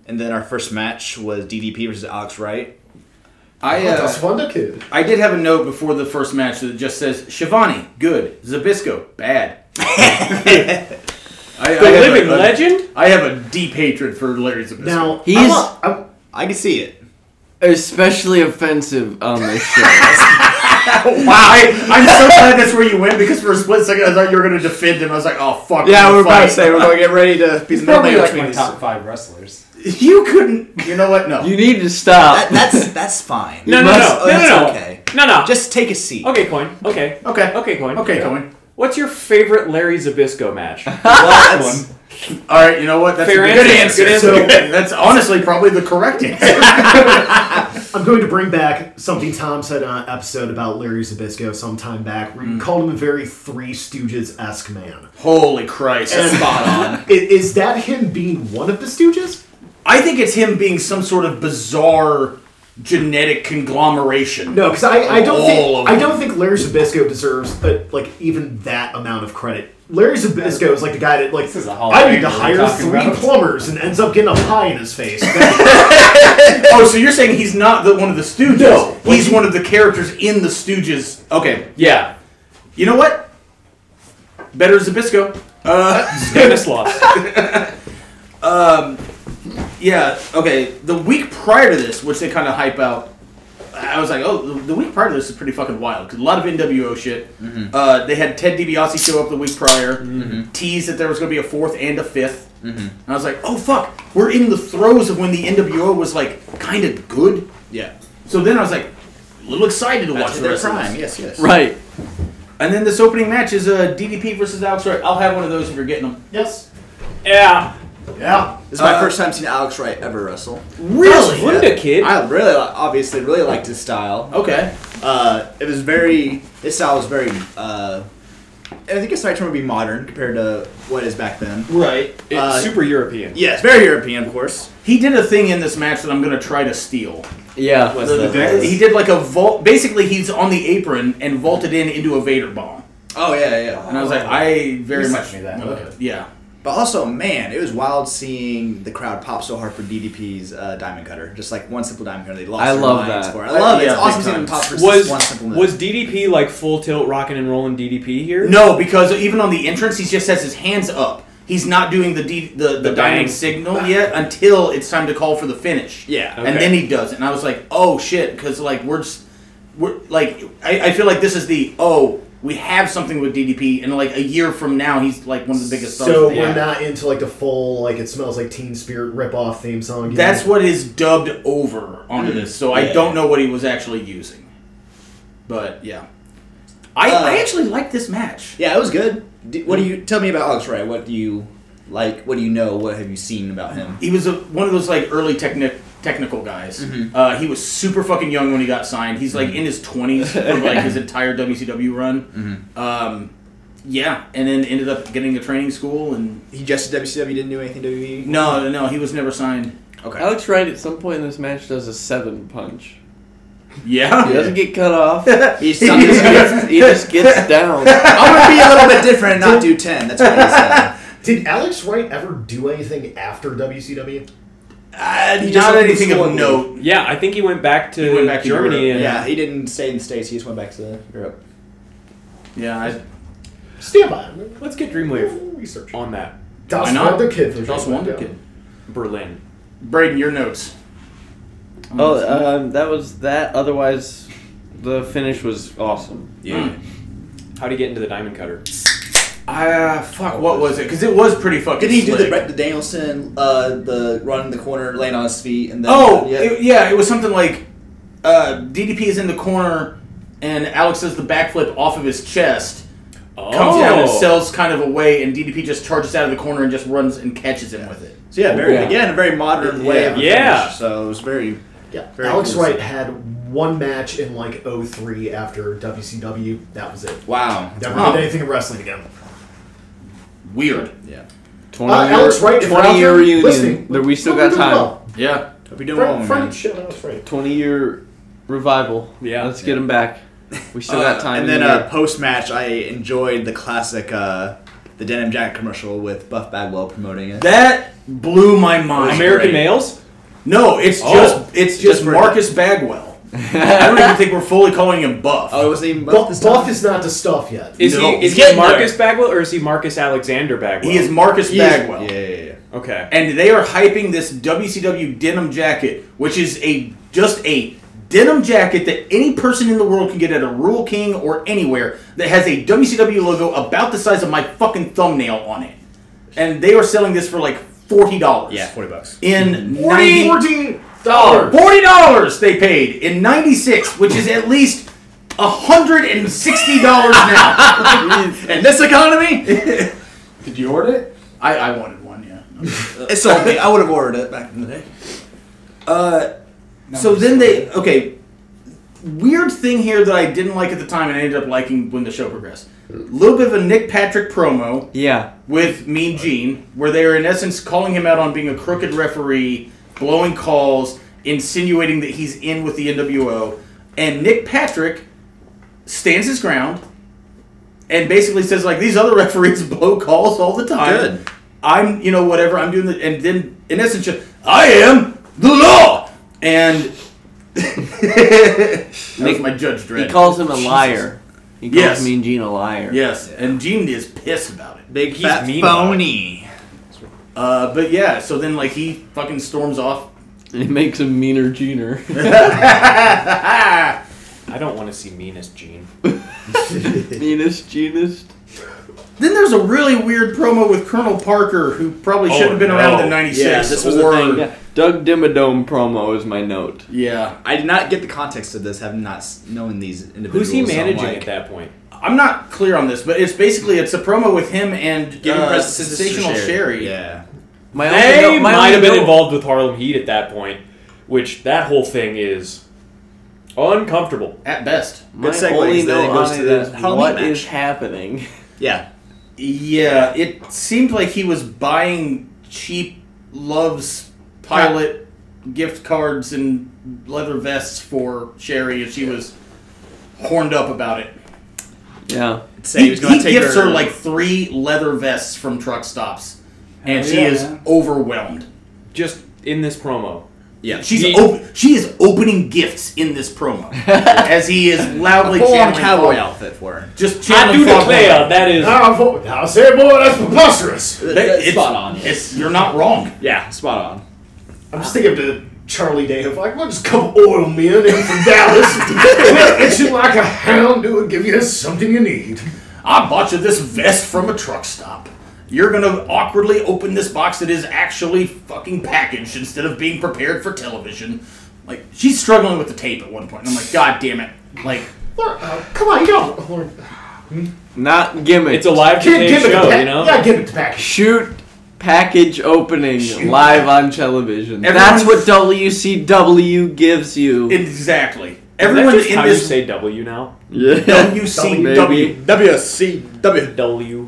E: And then our first match was DDP versus Alex Wright.
A: I uh,
D: Oh, that's fun to kid.
A: I did have a note before the first match that just says Shivani good, Zabisco bad. I,
C: The
A: I have a-
C: living
A: a-
C: legend?
A: I have a deep hatred for Larry Zabisco.
D: Now
B: He's-
D: I'm a- I'm-
E: I can see it.
B: Especially offensive on this show.
A: I, I'm so glad that's where you went because for a split second I thought you were going to defend him. I was like, oh fuck.
E: Yeah,
A: we're
E: we're about
A: fight.
E: to say we're going to get ready to be
G: He's
E: the middleman
G: probably like
E: between
G: my
E: these.
G: top five wrestlers.
A: You couldn't. You know what? No.
B: you need to stop.
E: That, that's that's fine.
C: No, no,
B: must-
C: no,
E: oh,
C: no, no,
E: it's
C: no.
E: okay.
C: No, no.
E: Just take a seat.
C: okay, coin. Okay,
A: okay.
C: okay, coin.
A: Okay,
C: Yeah.
A: Cohen.
C: What's your favorite Larry Zabisco match?
E: Well, that's-
A: All right. You know what? That's
C: Fair
A: a good
C: answer,
A: answer.
C: good
A: So, that's honestly probably the correct answer.
D: I'm going to bring back something Tom said on an episode about Larry Zabisco some time back, where you called him a very Three Stooges esque man.
A: Holy Christ! Spot on.
D: I- Is, that him being one of the Stooges?
A: I think it's him being some sort of bizarre genetic conglomeration.
D: No, because I, I don't
A: All of
D: think I
A: them.
D: don't think Larry Zabisco deserves uh like even that amount of credit. Larry Zabisco is like the guy that like
G: This is a Hall of
D: I
G: Famer
D: need to
G: we're
D: hire
G: talking
D: three
G: about."
D: plumbers and ends up getting a pie in his face.
A: Oh, so you're saying he's not the one of the Stooges?
D: No.
A: he's one of the characters in the Stooges. Okay,
C: yeah,
A: you know what? Better Zabisco. Uh,
C: Stanislaus.
A: yeah. Okay. The week prior to this, which they kind of hype out, I was like, oh, the- the week prior to this is pretty fucking wild. 'cause a lot of NWO shit. Uh, they had Ted DiBiase show up the week prior, tease that there was going to be a fourth and a 5th and I was like, oh fuck, we're in the throes of when the NWO was like kind of good.
E: yeah.
A: So then I was like, a little excited to watch
E: That's
A: the
E: their
A: rest of this.
E: prime. Yes, yes.
B: right.
A: And then this opening match is uh, DDP versus Alex Wright. I'll have one of those if you're getting them.
D: yes.
C: yeah.
D: Yeah.
E: This is my
A: Uh,
E: first time seeing Alex Wright ever wrestle.
A: Really?
C: Wunda kid.
E: I really, obviously, really liked his style.
A: Okay.
E: Uh, it was very. His style was very. Uh, I think his right term would be modern compared to what is back then.
A: Right.
E: It's Uh,
C: super European.
E: Yes, very European, of course.
A: He did a thing in this match that I'm going to try to steal.
B: Yeah.
E: the-
A: He did like a vault. Basically, he's on the apron and vaulted in into a Vader bomb.
E: Oh yeah, yeah.
A: And I was like, I very
G: You
A: much.
G: sent me that.
A: Uh, yeah.
E: But also, man, it was wild seeing the crowd pop so hard for DDP's uh, Diamond Cutter. Just like one simple Diamond Cutter, they lost
B: I
E: their
B: love
E: minds
B: that.
E: for. It. I love it.
A: Yeah,
E: It's awesome
A: big
E: seeing
A: time.
E: them pop for
C: Was
E: just one simple move.
C: was DDP like full tilt rocking and rolling DDP here?
A: No, because even on the entrance, he just has his hands up. He's not doing the D, the, the,
C: The bang.
A: diamond signal yet until it's time to call for the finish.
E: Yeah.
A: and
C: Okay.
A: then he does it, and I was like, oh shit, because like we're just, we're like I, I feel like this is the oh we have something with DDP, and like a year from now he's like one of the biggest stars.
D: So
A: in the
D: we're
A: world.
D: not into like the full like it smells like Teen Spirit ripoff theme song. you
A: that's
D: know?
A: what is dubbed over onto
E: Mm-hmm.
A: this. So I don't know what he was actually using, but yeah, I,
E: Uh,
A: I actually like this match.
E: Yeah, it was good. D- what do you tell me about Alex Wright? What do you like? What do you know? What have you seen about him?
A: he was a, one of those like early techni- technical guys.
E: Mm-hmm.
A: Uh, he was super fucking young when he got signed. He's like in his twenties for like his entire WCW run.
E: Mm-hmm.
A: Um, yeah, and then ended up getting to training school and
E: He just did WCW, didn't do anything WWE.
A: no, no, no, he was never signed.
E: Okay.
B: Alex Wright at some point in this match does a seven punch. He
A: Yeah,
B: doesn't get cut off.
E: He just
B: He just gets, he just gets down.
E: I'm gonna be a little bit different and not do ten. That's what he said.
D: Did Alex Wright ever do anything after WCW?
A: uh,
E: He just
A: not
E: opened
A: anything
E: school
A: of
E: and
A: note.
C: Yeah, I think he went back to
A: He went back to
C: Germany
A: Europe.
E: Yeah.
C: and
E: he didn't stay in the states. He just went back to Europe.
A: Yeah, I,
D: Stand by. I'm
C: let's get Dreamwave
D: gonna Research.
C: on that.
D: Das
A: Why not?
D: Wonder Kid. for
A: There's also
D: sure.
A: Wonder
D: Yeah.
A: Kid.
C: Berlin.
A: Braden, your notes.
B: Oh, um, that was that. Otherwise, the finish was awesome.
A: Yeah.
E: Hmm.
C: How'd he get into the diamond cutter?
A: Ah, fuck. What was it? Because it was pretty fucking.
E: Didn't he do the
A: slick.
E: Brett Danielson, uh, the run in the corner, laying on his feet, and then uh,
A: Oh,
E: yeah.
A: it- yeah, it was something like uh, DDP is in the corner, and Alex does the backflip off of his chest,
C: Oh.
A: comes down and sells kind of away, and DDP just charges out of the corner and just runs and catches him with it.
E: so yeah, very
B: Yeah.
E: again a very modern way of a
C: Yeah.
E: finish, So it was very
D: Yeah.
E: Very
D: Alex
E: cool.
D: Wright had one match in like 03 after WCW. That was it.
E: wow.
D: Never
A: Huh.
D: did anything in wrestling again.
A: Weird.
E: Yeah,
B: Twenty
D: Uh, Alex Wright, if you're out
B: twenty year
D: there
B: reunion.
D: listening,
B: there, we still
D: we're
B: got
D: doing
B: time.
D: well.
A: Yeah.
E: hope you're doing well,
D: Friend,
E: man.
D: friend, shit, Alex Wright.
B: Twenty year revival.
C: Yeah.
B: let's get him back. We still got
E: Uh,
B: time.
E: And
B: in
E: then
B: the
E: uh,
B: year.
E: post match, I enjoyed the classic uh, the denim jacket commercial with Buff Bagwell promoting it.
A: That blew my mind.
C: American
E: great.
C: males?
A: No, it's
C: Oh.
A: just it's just
E: Just for-
A: Marcus Bagwell. I don't even think we're fully calling him Buff.
E: oh, it wasn't even Buff.
D: Buff,
E: this
D: Buff
E: time?
D: is not the stuff yet.
C: Is
A: No,
C: he
A: he's
C: is he
A: getting
C: Marcus Bagwell or is he Marcus Alexander Bagwell?
A: he is Marcus
E: He is-
A: Bagwell.
E: Yeah, yeah, yeah.
C: Okay.
A: and they are hyping this WCW denim jacket, which is a just a denim jacket that any person in the world can get at a Rule King or anywhere that has a WCW logo about the size of my fucking thumbnail on it. And they are selling this for like forty dollars.
E: Yeah, forty bucks.
A: In
D: 40
A: 90
D: dollars.
A: Forty dollars they paid in '96, which is at least hundred and sixty dollars now.
E: And this economy,
G: Did you order it?
A: I, I wanted one, yeah.
E: Uh, it's sold me. I would have ordered it back in the day.
A: Uh, so then they okay. Weird thing here that I didn't like at the time and I ended up liking when the show progressed. A little bit of a Nick Patrick promo
B: yeah,
A: with Mean Gene, where they are in essence calling him out on being a crooked referee, blowing calls, insinuating that he's in with the NWO, and Nick Patrick stands his ground and basically says like these other referees blow calls all the time.
E: Good.
A: I'm you know whatever I'm doing, the, and then in essence just, I am the law, and that was
B: Nick-
A: my judge
B: he
A: dread.
B: calls him a liar. He calls
A: Yes.
B: Mean Gene a liar.
A: yes, and Gene is pissed about it.
E: Big
C: He's
E: fat
C: mean
E: phony.
A: Uh, but yeah, so then like he fucking storms off.
B: And it makes him meaner, Gener.
C: I don't want to see meanest Gene.
B: meanest, Genest.
A: Then there's a really weird promo with Colonel Parker, who probably should have been
C: no.
A: around in '96.
E: Oh, Yeah, this was the
A: or,
E: thing.
B: Yeah, Doug Dimmadome promo is my note.
A: Yeah,
E: I did not get the context of this, having not s- known these individuals.
C: Who's he
E: so I'm
C: managing
E: like-
C: at that point?
A: I'm not clear on this, but it's basically it's a promo with him and
E: Giving
A: uh,
E: presents to Sister
A: Sensational Sherry.
E: Yeah.
B: My only
C: They
B: note- my
C: might
B: only
C: have been
B: note-
C: involved with Harlem Heat at that point, which that whole thing is uncomfortable.
A: at best.
B: My
E: Good segue,
B: only
E: then it
B: note
E: goes
B: on
E: to
B: it
E: the
B: is
E: Halloween
B: what
E: match.
B: is happening.
E: Yeah.
A: Yeah, it seemed like he was buying cheap Love's pilot gift cards and leather vests for Sherry, and she was horned up about it.
B: Yeah.
E: Say he was gonna take
A: gives her,
E: her
A: like three leather vests from truck stops and she
G: yeah,
A: is
G: man.
A: overwhelmed.
C: Just in this promo.
E: Yeah.
A: She's
C: Ye-
A: op- she is opening gifts in this promo as he is loudly
E: Full on
A: channeling Fog-
E: cowboy outfit for her.
A: Just
C: I
A: channeling
C: do
A: Fog
C: declare
A: Mulder.
C: that is.
D: Now, for- now, say more, that's preposterous.
E: That-
A: That-
E: that's
A: it's-
E: spot on.
A: It's, you're not wrong.
E: Yeah, spot on.
D: I'm just thinking of the Charlie Day of like, well, just a couple oil men in from Dallas. Well, it's you like a hound. It would give you something you need.
A: I bought you this vest from a truck stop. You're gonna awkwardly open this box that is actually fucking packaged instead of being prepared for television. Like she's struggling with the tape at one point. and I'm like, God damn it! Like
D: Lauren, uh, come on, you don't. Lauren,
B: Not gimmick.
C: It's a live
D: give,
C: today
D: give it the
C: show,
D: pack.
C: you know.
D: Yeah, give it the package.
B: shoot package opening live on television.
A: Everyone-
B: That's what WCW gives you.
A: exactly.
C: Is that
A: Everyone
C: just
A: in
C: how
A: this
C: you say W now.
B: yeah.
A: WCW.
E: WCW.
C: W.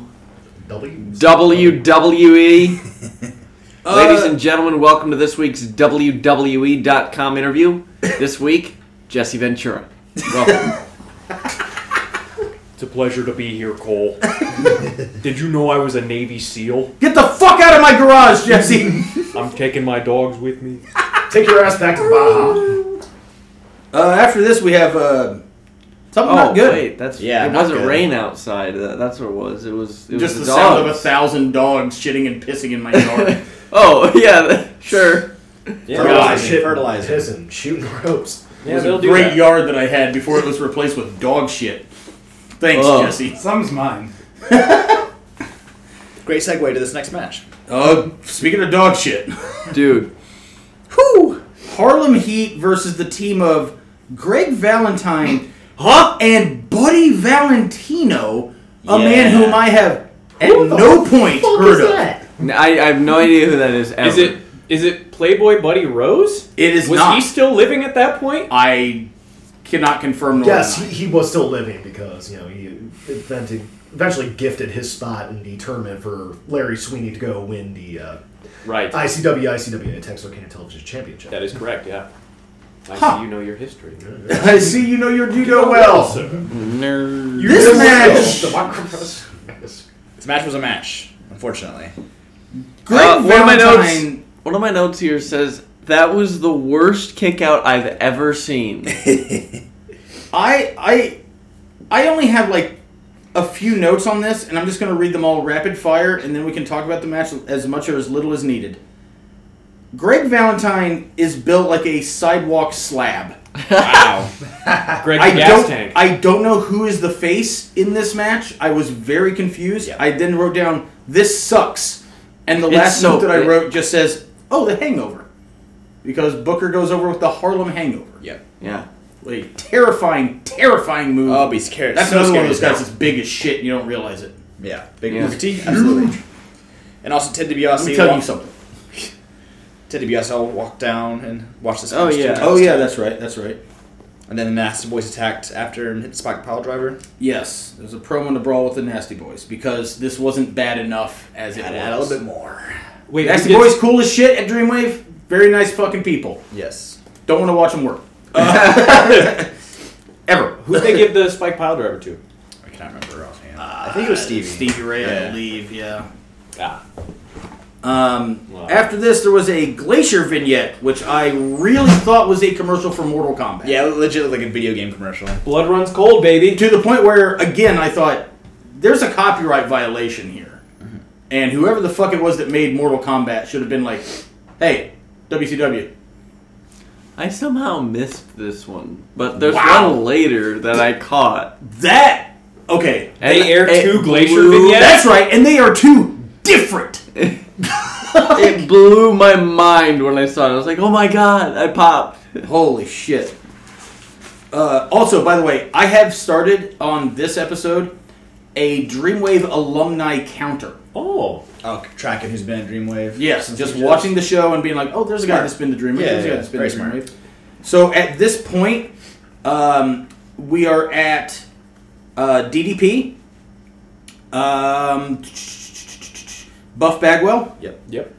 D: W's.
B: WWE. E. Ladies and gentlemen, welcome to this week's WWE.com interview. This week, Jesse Ventura. Welcome.
C: It's a pleasure to be here, Cole. Did you know I was a Navy SEAL?
A: Get the fuck out of my garage, Jesse.
C: I'm taking my dogs with me.
D: Take your ass back to
C: Oh,
D: Baja.
A: uh, after this, we have uh, something
B: oh,
A: not good.
B: wait, that's
E: Yeah,
B: It
E: not
B: wasn't
E: good.
B: rain outside. That- That's what it was. It was it
A: Just the
B: was
A: sound of a
B: dogs.
A: thousand dogs shitting and pissing in my yard.
B: Oh yeah, sure.
E: Fertilizer.
D: shit,
E: Fertilizer.
D: Pissing, shooting ropes.
A: it was a great yard that I had before it was replaced with dog shit. Thanks,
B: Ugh.
A: Jesse.
G: Some's mine.
E: Great segue to this next match.
A: Uh, speaking of dog shit,
B: Dude,
A: who Harlem Heat versus the team of Greg Valentine, huh, and Buddy Valentino, a man
E: Yeah.
A: whom I have at
D: Who the
A: no point
D: fuck
A: heard
D: is
A: of.
D: that?
B: I, I have no idea who that is. Ever.
C: Is it is it Playboy Buddy Rose?
A: It is
C: was
A: not.
C: he still living at that point?
A: I cannot confirm nor
D: Yes, he,
A: deny.
D: he was still living because you know he invented, eventually gifted his spot in the tournament for Larry Sweeney to go win the uh,
C: Right.
D: ICW ICW Texarkana Television Championship.
C: that is correct. Yeah. I
A: Huh.
C: see you know your history.
A: I see you know your judo well.
B: Nerd.
A: This match,
D: The microphone.
E: This match was a match, unfortunately.
A: Greg
B: Uh, one of my
A: Valentine.
B: notes. One of my notes here says that was the worst kick out I've ever seen.
A: I I I only have like a few notes on this, and I'm just gonna read them all rapid fire, and then we can talk about the match as much or as little as needed. Greg Valentine is built like a sidewalk slab.
E: Wow.
C: Greg
A: I
C: the Gas
A: don't.
C: Tank.
A: I don't know who is the face in this match. I was very confused. I then wrote down this sucks, and the
B: It's
A: last
B: so
A: note that I
B: big.
A: wrote just says, "Oh, the Hangover," because Booker goes over with the Harlem Hangover.
E: yep.
B: Yeah.
A: A terrifying, terrifying move.
E: Oh, be scared.
A: That's
E: So
A: another one of those
E: scary.
A: guys that's big as shit. and You don't realize it.
E: Yeah. Big
B: Yeah.
E: Booker T. Absolutely. And also Ted
A: Let me
E: DiBiase.
A: tell you
E: walked-
A: something.
E: Ted DiBiase all walked down and watched this.
B: Oh,
E: match two
B: yeah.
E: times.
A: Oh yeah, that's right. That's right.
E: And then the Nasty Boys attacked after and hit the Spike Pile Driver.
A: Yes, there's a promo and a brawl with the Nasty Boys because this wasn't bad enough as it
E: Add,
A: was.
E: add a little bit more.
C: Wait,
A: Nasty
C: we did-
A: Boys, cool as shit at Dreamwave. Very nice fucking people.
E: Yes.
A: Don't want to watch them work. Ever.
C: Who'd they give the Spike Pile Driver to?
E: I cannot remember offhand. Uh, I think it was Stevie.
A: Stevie Ray, I
E: Yeah.
A: believe. Yeah.
C: Ah.
A: Um,
C: Wow.
A: After this, there was a glacier vignette, which I really thought was a commercial for Mortal Kombat.
E: Yeah, legit like a video game commercial.
C: Blood runs cold, baby.
A: to the point where again I thought there's a copyright violation here, and whoever the fuck it was that made Mortal Kombat should have been like, "Hey, WCW,
B: I somehow missed this one, but there's
A: Wow.
B: one later that I caught.
A: that okay,
C: They air
B: it
C: two glacier
B: blew-
C: vignettes?
A: that's right, and they are two different."
B: It blew my mind when I saw it. I was like, "Oh my god!" I popped.
A: Holy shit. Uh, also, by the way, I have started on this episode a Dreamwave alumni counter.
C: Oh.
E: Oh, tracking who's been at Dreamwave.
A: Yes,
E: Since
A: just
E: we
A: watching the show and being like, oh, there's a guy
E: Smart.
A: that's been to Dreamwave.
E: Yeah,
A: there's a
E: yeah,
A: guy that's been
E: very
A: to
E: smart.
A: Dreamwave. So at this point, um, we are at uh, DDP, um, Buff Bagwell, Uh,
E: Yep.
C: Yep.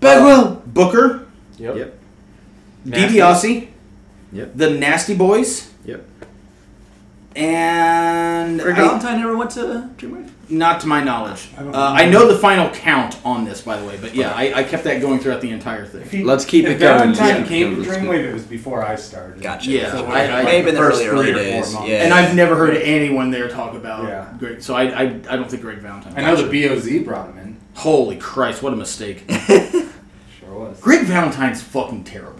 B: Bagwell.
A: Booker,
C: Yep.
E: Yep.
C: Nasty.
A: DiBiase,
E: Yep.
A: the Nasty Boys,
E: Yep.
A: And
E: Greg
A: I-
E: Valentine never went to DreamWave?
A: not to my knowledge.
G: I don't
A: uh, I know the final count on this, by the way, but yeah, I, I kept that going throughout the entire
G: If
A: thing.
G: he-
B: Let's keep
G: if
B: it going.
G: Valentine
B: Yeah.
G: came to
B: Let's go.
G: Dreamwave, it was before I started.
E: Gotcha.
A: Yeah,
G: So
A: I- I-
G: like
E: Maybe in the
G: first
E: early,
G: three
E: early
G: or four
E: days,
G: months.
E: yeah.
A: And I've never heard anyone there talk about
G: Yeah.
A: Greg, so I, I, I don't think Greg Valentine.
G: I know the BOZ brought him in.
A: Holy Christ, what a mistake.
G: Sure was.
A: Greg Valentine's fucking terrible.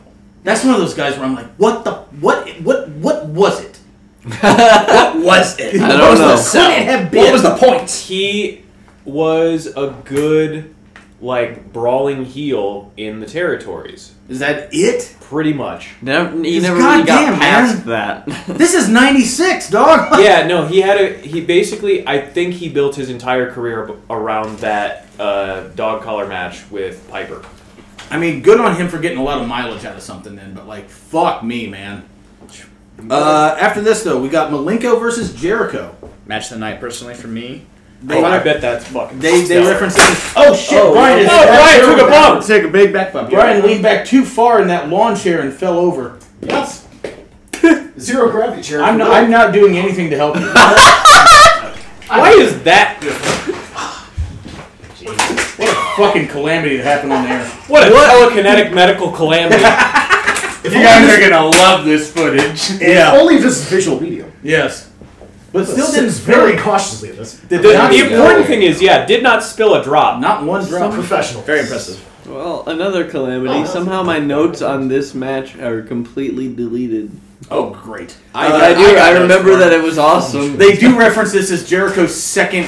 A: That's one of those guys where I'm like, what the, what, what, what was it? what was it?
B: I don't
A: What was
B: know.
A: The sell?
E: Couldn't have
A: What
E: been.
A: was the point?
C: He was a good, like, brawling heel in the territories.
A: Is that it?
C: Pretty much.
B: Never, you
A: Just
B: never really got
A: goddamn,
B: past that.
A: This is '96, dog.
C: yeah, no, he had a. He basically, I think he built his entire career ab- around that uh, dog collar match with Piper.
A: I mean, good on him for getting a lot of mileage out of something then, but like, fuck me, man. Uh, after this though, we got Malenko versus Jericho.
E: Match of the night, personally, for me.
A: They,
C: oh, I bet that's fucking.
A: they, they
C: stellar.
A: referenced it. Oh shit,
E: Oh,
A: Brian is.
C: oh, Brian took a bump.
E: Take a big back bump.
A: Brian leaned back too far in that lawn chair and fell over.
D: Yes. Zero gravity chair.
A: I'm not, I'm not doing anything to help you.
C: Why is that?
A: Fucking calamity that happened on there.
C: What a telekinetic medical calamity.
D: If
G: You
D: only
G: guys
D: this-
G: are gonna love this footage.
D: if
A: Yeah.
D: Only if this is visual medium.
A: Yes. But still didn't
D: Sits
A: spill.
D: very cautiously at this.
A: Did
C: The,
A: not
C: the
A: spill.
C: important thing is, yeah, did not spill a drop.
A: Not one drop.
D: Professional.
E: Very impressive.
B: well, another calamity. Somehow my notes on this match are completely deleted.
A: Oh, great.
B: Uh, I,
A: got-
E: Uh,
B: I do.
A: got
B: I,
A: those
B: remember
A: wrong.
B: that it was awesome.
A: They do reference this as Jericho's second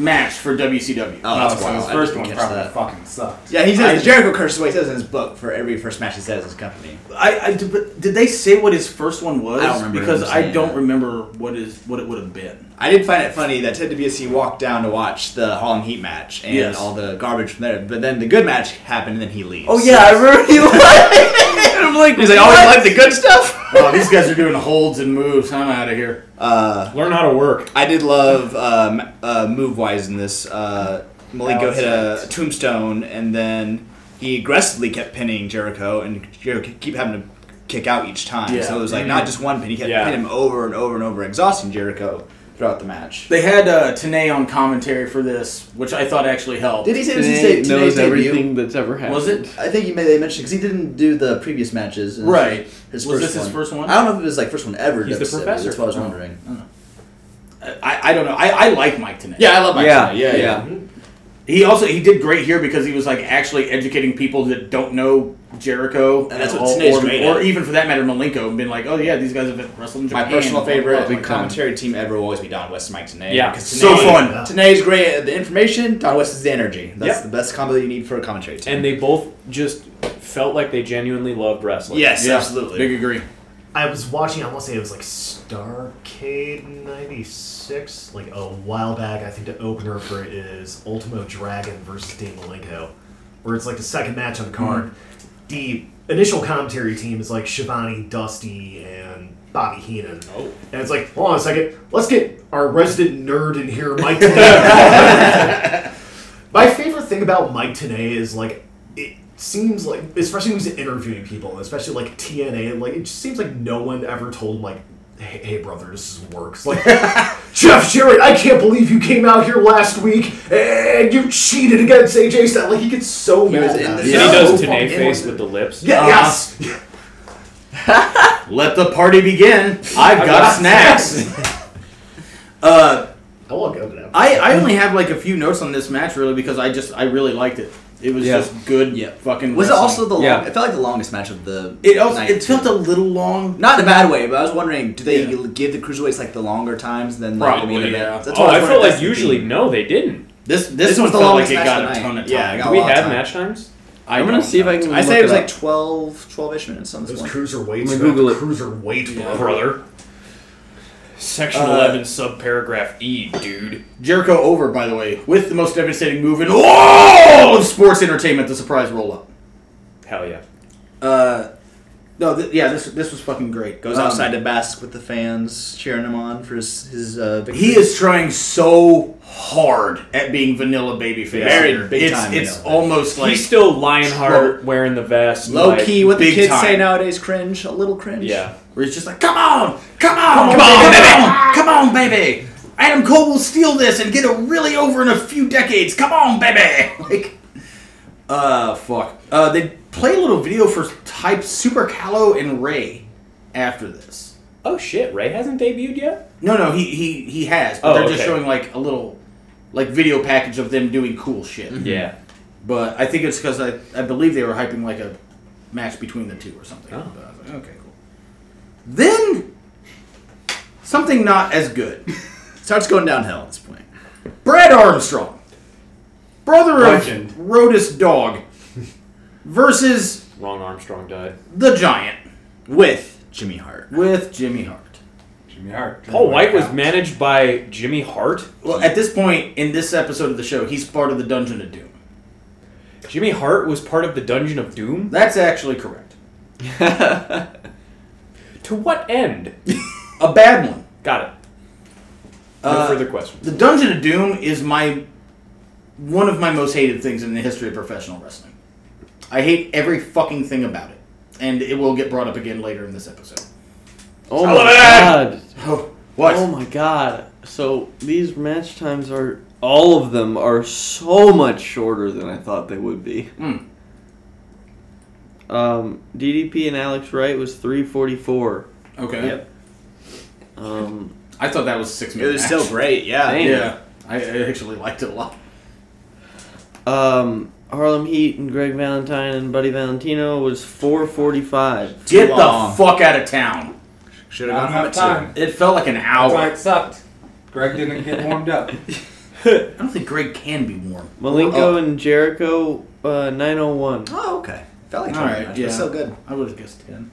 A: match for WCW.
E: Oh,
G: Oh,
E: that's
G: so
E: wild.
G: his
E: I
G: first
E: didn't
G: one
E: catch
G: probably
E: that.
G: fucking sucked.
E: Yeah, he says the Jericho curse is what he says in his book for every first match he says in his company.
A: I, I did but did they say what his first one was?
E: I don't remember
A: because
E: him
A: I
E: saying
A: don't
E: that.
A: remember what is what it would have been.
E: I did find it funny that Ted DiBiase walked down to watch the Harlem Heat match and
A: Yes.
E: all the garbage from there, but then the good match happened and then he leaves.
B: Oh yeah, I remember. He I'm like,
E: He's like, oh, you like the good stuff?
A: Oh, these guys are doing holds and moves. I'm out of here.
E: Uh,
C: Learn how to work.
E: I did love um, uh, move wise in this. Uh, Malenko
G: Alex
E: hit a
G: Knight.
E: tombstone and then he aggressively kept pinning Jericho, and Jericho keep having to kick out each time.
A: Yeah.
E: So it was like not just one pin; he kept
C: Yeah.
E: pinning him over and over and over, exhausting Jericho throughout the match.
A: They had uh, Tanay on commentary for this, which I thought actually helped.
E: Did he say this is
B: Today
E: his today's
B: knows
E: debut?
B: everything that's ever happened.
A: Was it?
E: I think you may they mentioned because he didn't do the previous matches. It was
A: Right.
E: His
A: Was
E: first
A: this his
E: one.
A: first one?
E: I don't know if it was like first one ever.
C: He's the
E: WCW,
C: professor.
E: That's what I was
A: Oh.
E: wondering.
A: I, I don't know. I, I like Mike Tanay.
E: I love
B: Mike Yeah, Tyson. Yeah, yeah.
A: He also he did great here because he was like actually educating people that don't know Jericho
E: And that's
A: at
E: what
A: all,
E: Tanay's
A: or,
E: great
A: or
E: at.
A: even for that matter Malenko and been like, oh yeah, these guys have been wrestling. in
E: My
A: Japan.
E: personal favorite
A: Blah, blah, blah.
E: commentary team ever will always be Don West and Mike Tanay.
C: Yeah.
E: because
A: So fun.
E: Tanay- Tanay's great at the information. Don West is the energy. That's
C: Yep.
E: the best combo that you need for a commentary team.
C: And they both just felt like they genuinely loved wrestling.
E: yes,
A: Yeah,
E: absolutely.
A: Big agree.
D: I was watching. I want to say it was like Starcade '96, like a while back. I think the opener for it is Ultimo Dragon versus Dean Malenko, where it's like the second match on the card. The initial commentary team is like Shivani, Dusty, and Bobby Heenan. Oh. And it's like, hold on a second, let's get our resident nerd in here, Mike. Tenay. My favorite thing about Mike Tanay is like it seems like, especially when he's interviewing people, especially like TNA, like it just seems like no one ever told him like, "Hey, hey brother, this is works." Like, Jeff Jarrett, I can't believe you came out here last week and you cheated against AJ Styles. Like he gets so
E: He
D: mad.
E: was in
D: about
E: the
D: it.
C: And
E: Yeah.
C: he does
E: So
C: Tanay
D: fucking
C: face
D: angry.
C: with the lips.
D: Oh, Yeah, yes.
A: Let the party begin. I've got snacks. uh,
D: I won't go to that.
A: I I only have like a few notes on this match really because I just I really liked it. It was
B: Yeah.
A: just good.
E: Yeah.
A: Fucking.
E: was it
A: wrestling.
E: also the long,
B: Yeah.
E: it felt like the longest match of the
A: It also
E: night
A: it felt
E: too.
A: a little long.
E: not in a bad way, but I was wondering, do they
A: Yeah.
E: give the cruiserweights like the longer times than like, the main
A: Probably,
E: event?
A: yeah.
E: That's
C: Oh,
E: what
C: I
E: was
C: felt
E: wondering if
C: like
E: that's the
C: usually
E: theme.
C: no, they didn't.
A: This this,
E: This
A: one
E: was the
A: felt like
E: longest
A: it
E: match
A: got
E: of
A: a
E: the
A: ton
E: night.
A: of time.
E: Yeah, it
C: Do
E: got a
C: we
E: lot of
C: have
E: time.
C: match times?
A: I
B: I'm
A: don't
B: gonna see if
A: know.
B: I can.
E: I
B: look
E: say it was
B: up.
E: like 12, 12 ish minutes on this
D: Those
E: one.
D: cruiser weights.
B: Let me Google it.
D: Cruiser weight,
C: Brother. Uh, Section 11, subparagraph E, dude.
A: Jericho over, by the way, with the most devastating move in all of sports entertainment, the surprise roll up.
C: Hell yeah.
A: Uh, no, th- yeah, this this was fucking great.
E: Goes
A: Um,
E: outside to bask with the fans, cheering him on for his, his uh, victory.
A: He is trying so hard at being vanilla babyface.
E: Very
A: here.
E: big
A: it's
E: time
A: it's
E: vanilla.
A: almost like
C: He's still Lionheart wearing the vest.
E: low
C: like-
E: key. What the
A: big
E: kids
A: time.
E: say nowadays, cringe. A little cringe.
C: Yeah.
A: where he's just like, "Come on, come on, come on, come on, baby, Adam Cole will steal this and get a really over in a few decades. Come on, baby." Like, uh, fuck. Uh, they play a little video for Type Super Callow and Ray after this.
C: Oh shit, Ray hasn't debuted yet?
A: No, no, he he he has, but
C: Oh,
A: they're just
C: okay.
A: showing like a little like video package of them doing cool shit.
C: Yeah.
A: But I think it's because I, I believe they were hyping like a match between the two or something.
C: Oh.
A: But I was like, okay, cool. Then something not as good.
E: Starts going downhill at this point.
A: Brad Armstrong, brother
D: Legend.
A: of Rotus Dog, versus
C: Wrong Armstrong died.
A: the Giant
E: With Jimmy Hart.
A: with Jimmy Hart.
G: Jimmy Hart.
C: Paul White was managed by Jimmy Hart.
A: Well, at this point in this episode of the show, he's part of the Dungeon of Doom.
C: Jimmy Hart was part of the Dungeon of Doom?
A: That's actually correct.
C: To what end?
A: A bad one.
C: Got it. No
A: Uh,
C: further questions.
A: The Dungeon of Doom is my one of my most hated things in the history of professional wrestling. I hate every fucking thing about it, and it will get brought up again later in this episode.
B: Oh
C: Sullivan!
B: my god.
A: Oh, what?
B: Oh my god. So these match times are all of them are so much shorter than I thought they would be.
A: Mm.
B: Um, DDP and Alex Wright was 344.
A: okay.
E: Yep.
B: Um,
A: I thought that was six
E: It
A: minutes.
E: was still great, yeah.
B: Dang.
A: Yeah, I, I actually liked it a lot.
B: um, Harlem Heat and Greg Valentine and Buddy Valentino was 445.
E: Too
A: get
E: long.
A: the fuck out of town.
E: Should have
G: Not
E: gone home
G: enough
E: at two.
G: time.
A: It felt like an
G: That's
A: hour.
G: why it sucked. Greg didn't get warmed up.
A: I don't think Greg can be warm.
B: Malenko and Jericho, uh, 901.
E: Oh, okay. Felt like
A: All
E: twenty
A: right,
E: minutes.
A: yeah.
E: That's so good.
A: I would have guessed ten.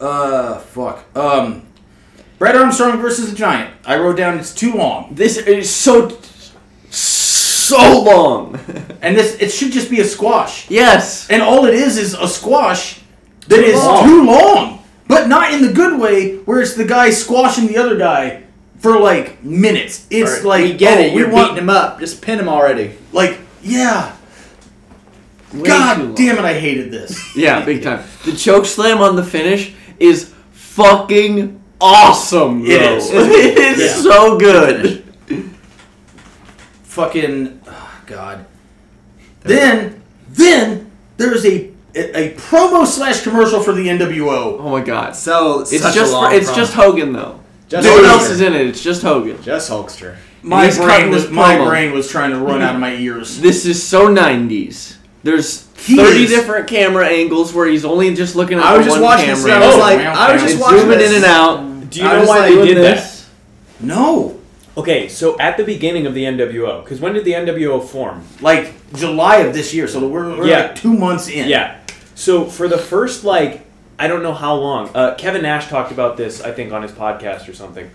A: Uh, fuck. Um, Brad Armstrong versus the Giant. I wrote down it's too long.
B: This is so so long.
A: And this it should just be a squash.
B: yes.
A: And all it is is a squash that is
B: long.
A: too long. But not in the good way where it's the guy squashing the other guy for like minutes. It's
E: All right,
A: like
E: we get
A: oh,
E: it. You're
A: we want
E: beating him up. Just pin him already.
A: like yeah.
B: Way too long.
A: God damn it, I hated this.
B: Yeah, big time. The choke slam on the finish is fucking awesome.
A: It
B: though.
A: is.
B: it is
A: Yeah.
B: so good.
A: Fucking oh, God. Then then there's a a promo slash commercial for the NWO.
B: Oh my god.
E: So
B: It's
E: such
B: just
E: a long
B: it's
E: run.
B: just Hogan though.
E: Just
B: no one
E: Hogan.
B: else is in it. It's just Hogan.
E: just Hulkster.
A: My
B: he's cutting
A: brain was
B: this
A: my
B: promo.
A: brain was trying to run out of my ears.
B: This is so 90s. There's
A: He
B: 30
A: is-
B: different camera angles where he's only just looking at
E: I
B: the
E: was just
B: one
E: watching this. And
B: camera.
E: I was
A: Oh,
E: like,
A: wow,
E: I was
A: wow.
E: just
A: It's
E: watching
B: zooming
E: this.
B: in and out.
C: Do you
E: I
C: know
E: was
C: why
E: like,
C: they
E: doing
C: did that?
B: This.
A: No.
C: Okay, so at the beginning of the NWO, because when did the NWO form?
A: like July of this year, so we're, we're
C: Yeah.
A: like two months in.
C: Yeah. So for the first like I don't know how long, uh, Kevin Nash talked about this I think on his podcast or something.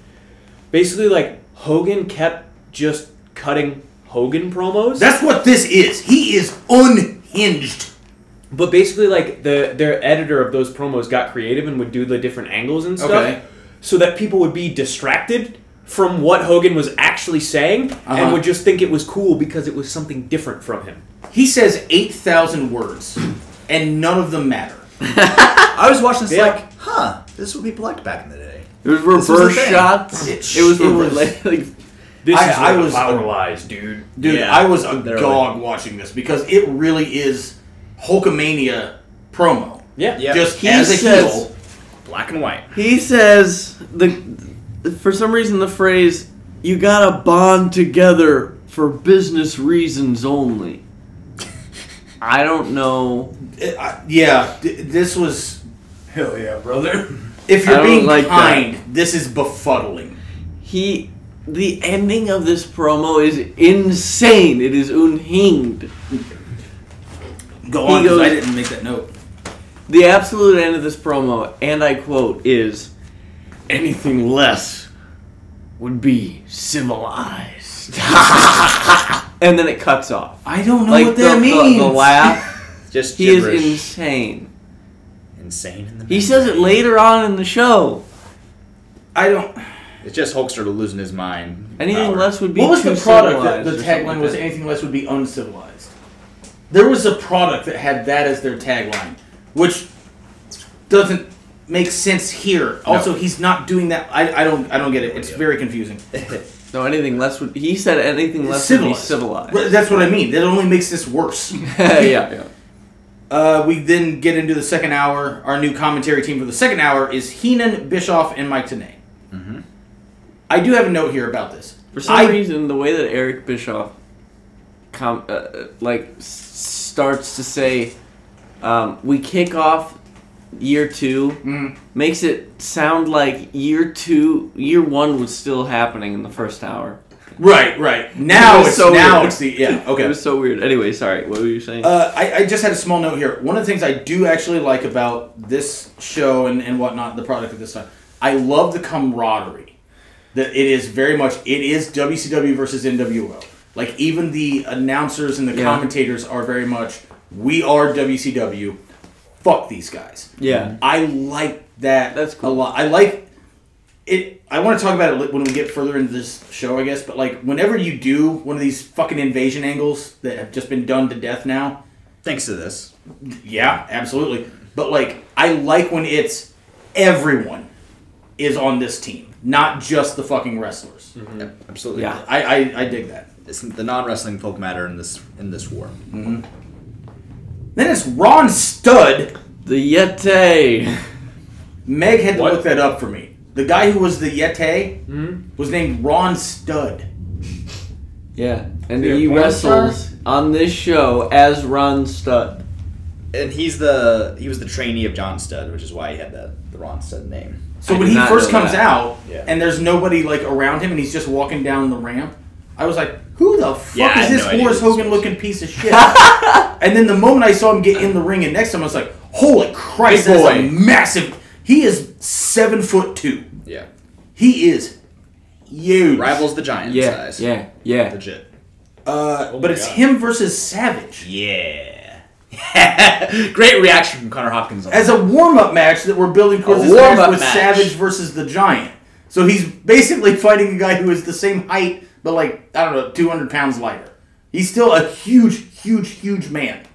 C: Basically, like Hogan kept just cutting Hogan promos,
A: that's what this is. He is unhinged.
C: but basically like the their editor of those promos got creative and would do the different angles and stuff,
A: Okay.
C: so that people would be distracted from what Hogan was actually saying and
A: Uh-huh.
C: would just think it was cool because it was something different from him.
A: He says eight thousand words, and none of them matter.
E: I was watching this
C: Yeah.
E: like, huh, this is what people liked back in the day.
B: It was
E: was the
B: reverse
E: thing.
B: shots. It,
A: It
B: was
A: shivers.
B: reverse. Like,
C: This
A: I-
C: is
A: I
C: where the
A: was-
C: power lies, dude.
A: Dude,
E: Yeah,
A: I was a
E: literally.
A: dog watching this because it really is Hulkamania promo.
C: Yeah.
E: Yeah.
A: Just
B: He
A: as a
B: says-
A: heel,
E: Black and white.
B: He says the for some reason the phrase "you gotta bond together for business reasons only." I don't know.
A: Uh, I- yeah. th- This was
G: Hell yeah, brother.
A: if
B: I
A: you're
B: don't
A: being
B: like
A: kind, this is befuddling.
B: He the ending of this promo is insane. It is unhinged.
A: Go
B: He
A: on, 'cause I
B: goes-
A: didn't make that note.
B: The absolute end of this promo, and I quote, is anything less would be civilized. and then it cuts off.
A: I don't know
B: like
A: what
B: the,
A: that
B: the-
A: means.
B: the laugh.
E: Just
B: He is
E: gibberish.
B: insane.
E: insane. In the
B: He says it later on in the show.
A: I don't.
E: It's just Hulkster losing his mind.
B: Anything
E: Power.
B: less would be.
A: What was
B: too
A: the product that
B: civilized
A: the
B: or something
A: tagline
B: like
A: was?
B: that.
A: Anything less would be uncivilized. There was a product that had that as their tagline, which doesn't make sense here. Also, he's not doing that. I, I don't I don't get it. It's very confusing.
B: No, anything less would. He said anything less
A: civilized.
B: would be
A: Well,
B: civilized.
A: That's what I mean. That only makes this worse.
B: yeah, yeah.
A: Uh, we then get into the second hour. Our new commentary team for the second hour is Heenan, Bischoff, and Mike Tenay.
B: Mm-hmm.
A: I do have a note here about this.
B: For some
A: I-
B: reason, the way that Eric Bischoff, com- uh, uh, like, s- starts to say, um, "We kick off year two makes it sound like year two, year one was still happening in the first hour.
A: Right, right. Now
B: was
A: it's
B: so
A: now
B: weird.
A: it's the yeah okay.
B: It was so weird. Anyway, sorry. What were you saying?
A: Uh, I, I just had a small note here. One of the things I do actually like about this show and, and whatnot, the product at this time, I love the camaraderie. That it is very much it is WCW versus NWO. Like even the announcers and the
B: Yeah.
A: commentators are very much we are WCW. Fuck these guys.
B: yeah.
A: I like that
B: That's cool.
A: a lot. I like it. I want to talk about it li- when we get further into this show, I guess. But like, whenever you do one of these fucking invasion angles that have just been done to death now,
E: Thanks to this.
A: yeah, absolutely. But like, I like when it's everyone is on this team, not just the fucking wrestlers.
E: Yep, absolutely.
B: Yeah.
A: I, I I dig that.
E: It's the non wrestling folk matter in this in this war.
A: Then it's Ron Stud.
B: The Yeti.
A: Meg had to
C: What?
A: look that up for me. The guy who was the Yeti was named Ron Stud.
B: Yeah. And
C: Yeah,
B: he
C: porn
B: wrestles on this show as Ron Stutt.
E: And he's the he was the trainee of John Stud, which is why he had the, the Ron Stud name.
A: So
B: I
A: when
B: did
A: he
B: not
A: first
B: know
A: comes
B: that.
A: out
E: Yeah.
A: and there's nobody like around him and he's just walking down the ramp, I was like, "Who the fuck
E: Yeah, I
A: is
E: had
A: this
E: no idea
A: Horace
E: who this
A: Hogan
E: was."
A: looking piece of shit?" and then the moment I saw him get in the ring and next to him, I was like, "Holy Christ,
E: Big
A: that's a
E: boy.
A: massive! He is seven foot two.
E: Yeah.
A: He is huge.
E: Rivals the Giant
B: Yeah.
E: size.
B: Yeah. Yeah.
E: Legit. Oh
A: uh, but
C: my
A: it's
C: God.
A: him versus Savage."
E: Yeah. Great reaction from Connor Hopkins. On
A: as a warm-up match that we're building towards
E: A
A: this match
E: warm-up
A: with
E: match.
A: Savage versus the Giant. So he's basically fighting a guy who is the same height, but like I don't know, two hundred pounds lighter. He's still a huge, huge, huge man.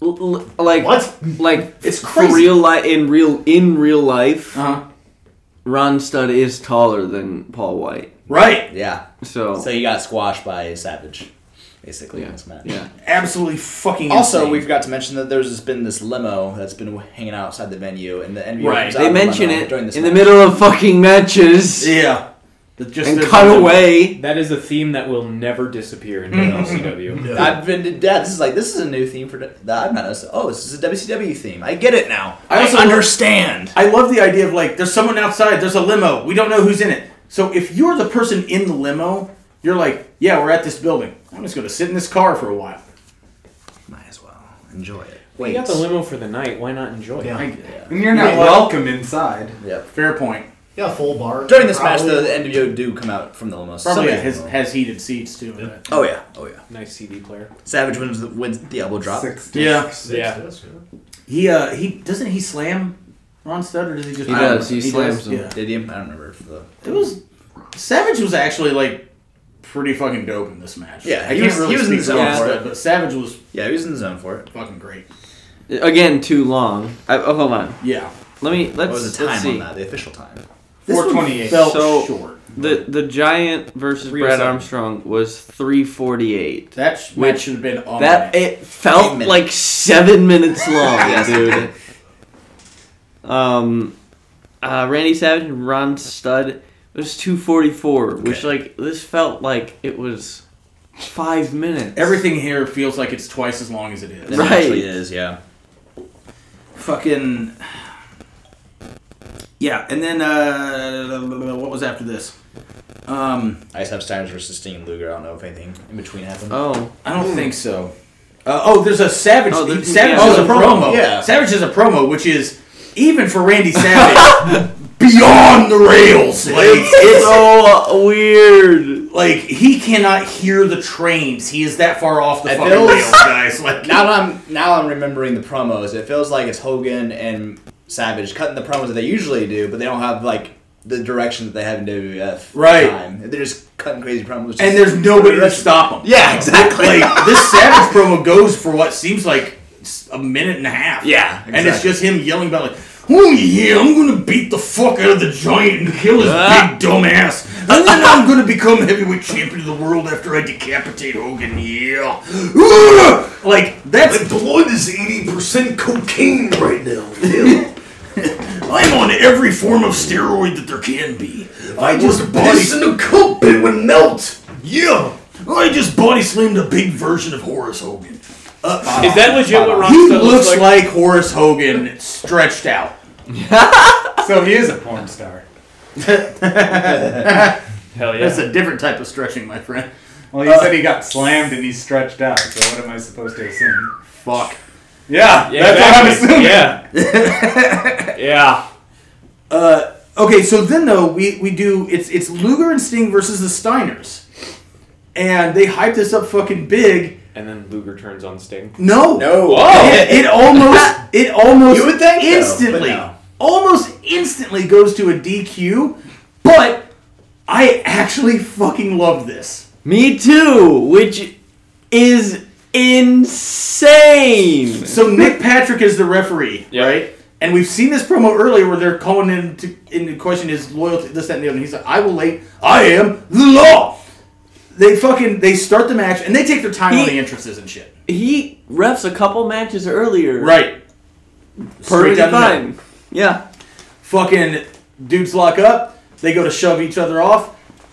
B: L- l- like
D: What?
B: Like
A: It's
B: for
A: crazy.
B: real life in real in real life,
A: Uh huh.
B: Ron Studd is taller than Paul White.
A: Right.
E: yeah.
B: So,
E: So he got squashed by Savage, basically, in
B: Oh. yeah.
E: this match.
B: yeah.
A: Absolutely fucking.
E: Also,
A: insane.
E: we forgot to mention that there's just been this limo that's been hanging out outside the venue, and the NBO
A: Right.
E: comes out
B: They
E: of the
B: mention
E: limo
B: it
E: during this
B: in the
E: match.
B: middle of fucking matches
A: yeah. That just
B: and
A: there's
B: cut
A: nothing-
B: away.
C: That is a theme that will never disappear in WCW.
E: I've been to death. This is like this is a new theme for that I've not noticed. Oh, this is a WCW theme. I get it now.
A: I also-
E: understand.
A: I love the idea of like there's someone outside. There's a limo. We don't know who's in it. So if you're the person in the limo, you're like, yeah, we're at this building. I'm just gonna sit in this car for a while.
E: Might as well enjoy it.
C: You got the limo for the night. Why not enjoy
D: Yeah.
C: it?
A: I-
G: And you're not
A: Wait, what?
G: welcome inside.
E: Yep.
A: Fair point.
D: Yeah, full bar.
E: During this match, though,
D: Probably.
E: the NWO do come out from the limo.
A: Probably
E: Somebody-
A: has, has heated seats too.
E: Oh yeah. Oh yeah.
C: Nice CD player.
E: Savage wins the, wins the elbow drop.
G: Six
A: Yeah.
G: discs.
D: Six
C: Yeah.
D: discs, yeah.
A: He uh he doesn't he slam Ron Studd or does he just
B: He
A: I don't
B: does,
A: know.
B: he slams
A: does?
B: him.
A: Yeah.
E: Did he? I don't remember. If the,
A: It was Savage was actually like pretty fucking dope in this match.
E: Yeah,
A: I
E: he
A: can't
E: was-
A: really
E: he was in
A: speak for
E: the zone
A: Ron
E: for
A: Studd,
E: it.
A: but Savage was
E: yeah, he was in the zone for it.
A: fucking great.
B: Again, too long. I, oh, hold on.
A: Yeah.
B: Let me let's
E: What was the
B: let's
E: time
B: see.
E: on that? The official time.
A: This one
G: 428.
A: felt
B: So-
A: short.
B: The the giant versus Brad
C: 307.
B: Armstrong was 348.
A: That sh-
B: Which-
A: match should have been on
B: That
A: that
B: it felt
E: minutes.
B: like 7 minutes long, dude. Um uh, Randy Savage and Ron Studd it was 244, which like this felt like it was 5 minutes.
A: everything here feels like it's twice as long as it is.
E: It
B: Right.
E: actually is. Yeah.
A: Fucking Yeah, and then uh what was after this? Um
E: Ice House Times versus Sting and Luger. I don't know if anything in between happened.
B: Oh,
A: I don't think so. Uh, oh, there's a Savage.
B: Oh, there's-
A: Savage
B: yeah.
A: has
E: Oh,
A: a
E: the
A: promo.
E: promo, yeah.
A: Savage has a promo, which is even for Randy Savage beyond the rails. Like it's
B: so weird.
A: like he cannot hear the trains. He is that far off the
E: It
A: fucking
E: feels-
A: rails, guys. Like
E: Now that I'm now I'm remembering the promos. It feels like it's Hogan and Savage cutting the promos that they usually do, but they don't have like the direction that they have in WWF.
A: Right.
E: Time. They're just cutting crazy promos.
A: and there's nobody to stop him.
E: Yeah, exactly.
A: Like this Savage promo goes for what seems like s- a minute and a half.
E: Yeah,
A: and it's
E: exactly.
A: just him yelling about like. Oh yeah, I'm gonna beat the fuck out of the giant and kill his
E: Ah.
A: big dumb ass. And then I'm gonna become heavyweight champion of the world after I decapitate Hogan, yeah. Ah! Like, that's
H: My blood is 80% cocaine right now. Phil.
A: I'm on every form of steroid that there can be. I just body
H: Piss in a cup, it would melt.
A: yeah. I just body slammed a big version of Horace Hogan.
C: Is that legit what
A: He
C: Rockstar
A: looks like, Horace Hogan stretched out.
G: So he is a porn star.
C: Hell yeah.
A: That's a different type of stretching, my friend.
G: Well, he said he got slammed and he's stretched out. So what am I supposed to assume?
A: Fuck.
G: Yeah,
C: yeah,
G: that's
C: exactly.
G: what I'm assuming.
C: Yeah. yeah.
A: Uh, okay, so then though we, we do it's it's Luger and Sting versus the Steiners, and they hype this up fucking big.
C: And then Luger turns on Sting.
A: No,
H: No.
E: Oh!
A: it, it almost it almost
E: You would think so, but
A: instantly
E: no.
A: almost instantly goes to a DQ, but I actually fucking love this.
B: Me too, which is insane.
A: So Nick Patrick is the referee,
C: Yeah.
A: right? And we've seen this promo earlier where they're calling into into question his loyalty, this, that, and the other. And he's like, "I will late. I am the law." They fucking they start the match and they take their time on
B: He-
A: the entrances and shit.
B: He refs a couple matches earlier.
A: Right.
B: Perfectly
A: Straight down the middle.
B: fine. Yeah.
A: Fucking dudes lock up. They go to shove each other off.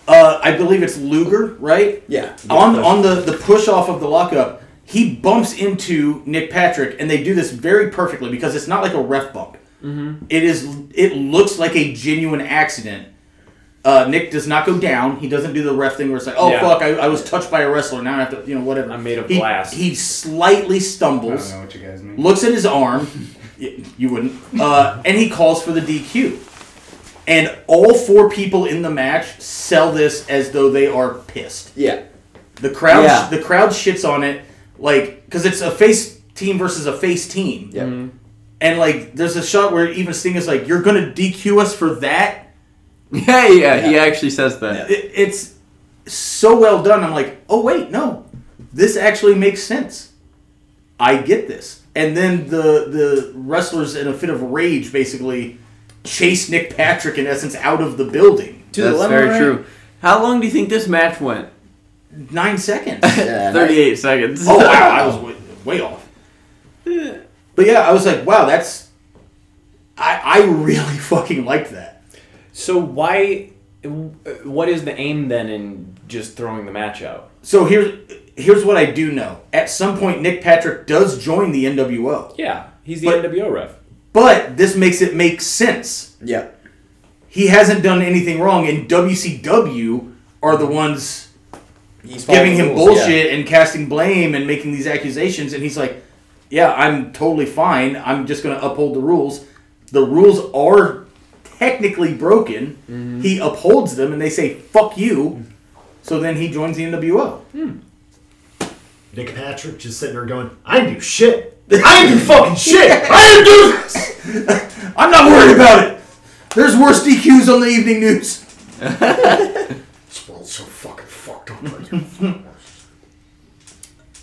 A: Uh, I believe it's Luger, right?
E: Yeah.
A: on on the the push off of the lockup, he bumps into Nick Patrick, and they do this very perfectly because it's not like a ref bump. It is. It looks like a genuine accident. Uh, Nick does not go down. He doesn't do the ref thing where it's like, oh
C: Yeah.
A: fuck, I, I was touched by a wrestler. Now I have to, you know, whatever.
C: I'm made of
A: he,
C: glass.
A: He slightly
G: I
A: stumbles
G: don't know what you guys mean.
A: looks at his arm. y- you wouldn't. Uh, and he calls for the DQ. And all four people in the match sell this as though they are pissed.
E: Yeah.
A: The crowd,
B: Yeah.
A: the crowd shits on it, like because it's a face team versus a face team.
E: Yeah.
A: And like, there's a shot where even Sting is like, "You're gonna DQ us for that."
B: Yeah, yeah, he actually says that.
A: It, it's so well done. I'm like, oh wait, no, this actually makes sense. I get this. And then the the wrestlers in a fit of rage basically chase Nick Patrick in essence out of the building.
E: To
B: That's
E: the
B: very
E: lemon,
B: true. How long do you think this match went?
A: Nine seconds.
E: right? Yeah,
B: 38 seconds.
A: oh wow, I was way, way off. But yeah, I was like, wow, that's. I I really fucking liked that.
C: So why? What is the aim then in just throwing the match out?
A: So here's here's what I do know. At some point, Nick Patrick does join the NWO,
C: Yeah, he's the
A: But-
C: NWO ref.
A: but this makes it make sense.
E: Yeah.
A: he hasn't done anything wrong, and WCW are the ones
E: He's
A: giving
E: following
A: him
E: rules, yeah.
A: bullshit and casting blame and making these accusations, and he's like, "Yeah, I'm totally fine. I'm just going to uphold the rules. The rules are technically broken.
E: Mm-hmm.
A: He upholds them, and they say fuck you." So then he joins the NWO.
D: Nick Patrick just sitting there going, I didn't do shit. I didn't do fucking shit. I didn't do this.
A: I'm not worried about it. There's worse DQs on the evening news.
H: This world's so fucking fucked up right now.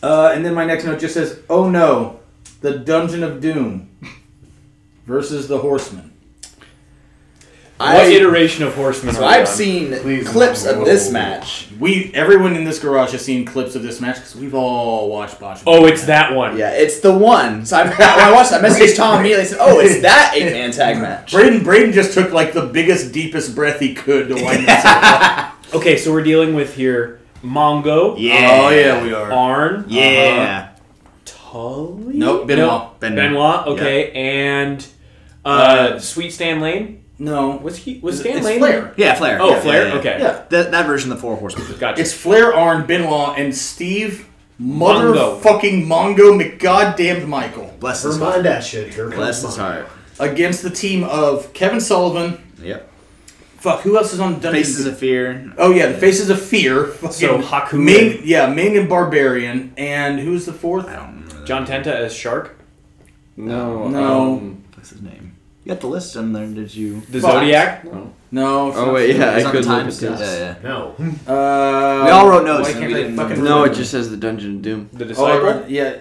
A: Uh, and then my next note just says, "Oh no, the Dungeon of Doom versus the Horseman."
E: I,
C: what iteration of Horseman? are
E: so
C: we on?
E: I've seen
G: Please,
E: clips of
G: no.
E: this match.
A: We everyone in this garage has seen clips of this match because we've all watched Botch.
C: Oh, it's that one.
E: Yeah, it's the one. So I, when I watched that, I messaged Tom immediately and said, oh, it's that eight man tag match.
A: Braden. Braden just took like the biggest, deepest breath he could to wind this up.
C: Okay, so we're dealing with here Mongo,
A: Oh yeah, we are.
C: Arn,
A: Uh-huh.
E: Yeah.
C: Tully.
A: Nope, Benoit.
C: No,
A: Benoit.
C: Benoit. Okay, and uh,
A: Uh,
C: Sweet Stan Lane.
A: No,
C: Was he? Was
A: it's,
C: Stan
A: it's
C: Lane?
A: Flair.
E: Yeah, Flair.
C: Oh,
E: Yeah,
C: Flair.
E: yeah, yeah.
C: Okay,
A: Yeah,
E: That, that version of the Four Horsemen.
C: gotcha.
A: it's Flair, Arn, Benoit, and Steve.
C: Mongo.
A: Motherfucking Mongo McGoddamned Michael
E: Bless his heart.
D: Remind that shit. Here comes
E: Bless his
D: mine.
E: heart.
A: against the team of Kevin Sullivan.
E: Yep.
A: Fuck, who else is on Dungeon?
E: Faces of Fear.
A: oh yeah, the Faces of Fear. Fucking
C: so Haku,
A: Ming, yeah, Ming and Barbarian, and who's the fourth?
E: I don't remember that.
C: John Tenta as Shark,
B: No.
A: No.
B: um,
E: What's his name? You got the list on there, did you?
C: the
A: Fox.
C: Zodiac.
A: No. it's
B: oh,
A: not
B: wait,
E: It
B: yeah,
E: was
B: I
E: on the
B: could
E: time
B: look at
E: step.
B: this.
E: Yeah, yeah.
D: No.
A: Uh,
E: We all wrote notes
A: Why
E: and
A: can't
E: we
A: I
E: didn't-
A: fucking
B: No,
A: remember?
B: it just says the Dungeon of Doom.
C: The
A: Oh, I
C: Disciple.
A: wrote- yeah.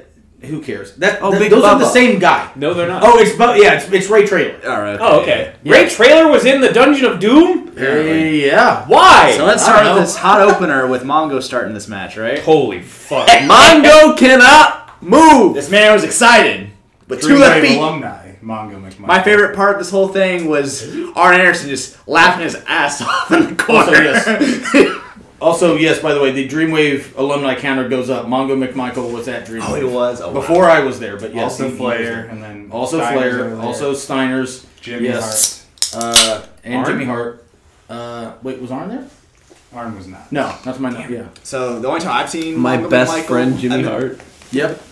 A: Who cares? That
B: Oh,
A: th-
B: Big
A: those are the
B: Bubba.
A: same guy.
C: No, they're not.
A: Oh, it's Bu- yeah, it's, it's Ray Trailer.
E: All right.
C: Oh, okay. Ray Trailer was in the Dungeon of Doom.
A: Yeah.
C: Why?
E: So let's
A: I don't
E: start with
A: know.
E: this hot opener with Mongo starting this match, right?
C: Holy fuck!
B: Mongo cannot move.
E: This man was excited with two
G: Green
E: left
G: Wave
E: feet.
G: alumni, Mongo McMahon.
E: My favorite part of this whole thing was Arn Anderson just laughing his ass off in the corner.
A: Also, yes. Also, yes. By the way, the Dreamwave alumni counter goes up. Mongo McMichael was at Dreamwave.
E: oh, he was. Oh, wow.
A: Before I was there, but yes,
G: also
A: he- he was
G: Flair,
A: there.
G: and then
A: also
G: Steiner's over
A: Flair,
G: there,
A: also Steiner's,
G: Jimmy
A: yes. uh, and
C: Arn?
A: Jimmy Hart. Uh, wait, was Arn there?
G: Hart. Arn was not.
A: No, not to my knowledge. Yeah.
E: So the only time I've seen
B: My
E: Mongo
B: best
E: Michael-
B: friend Jimmy
E: I mean,
B: Hart.
A: Yep.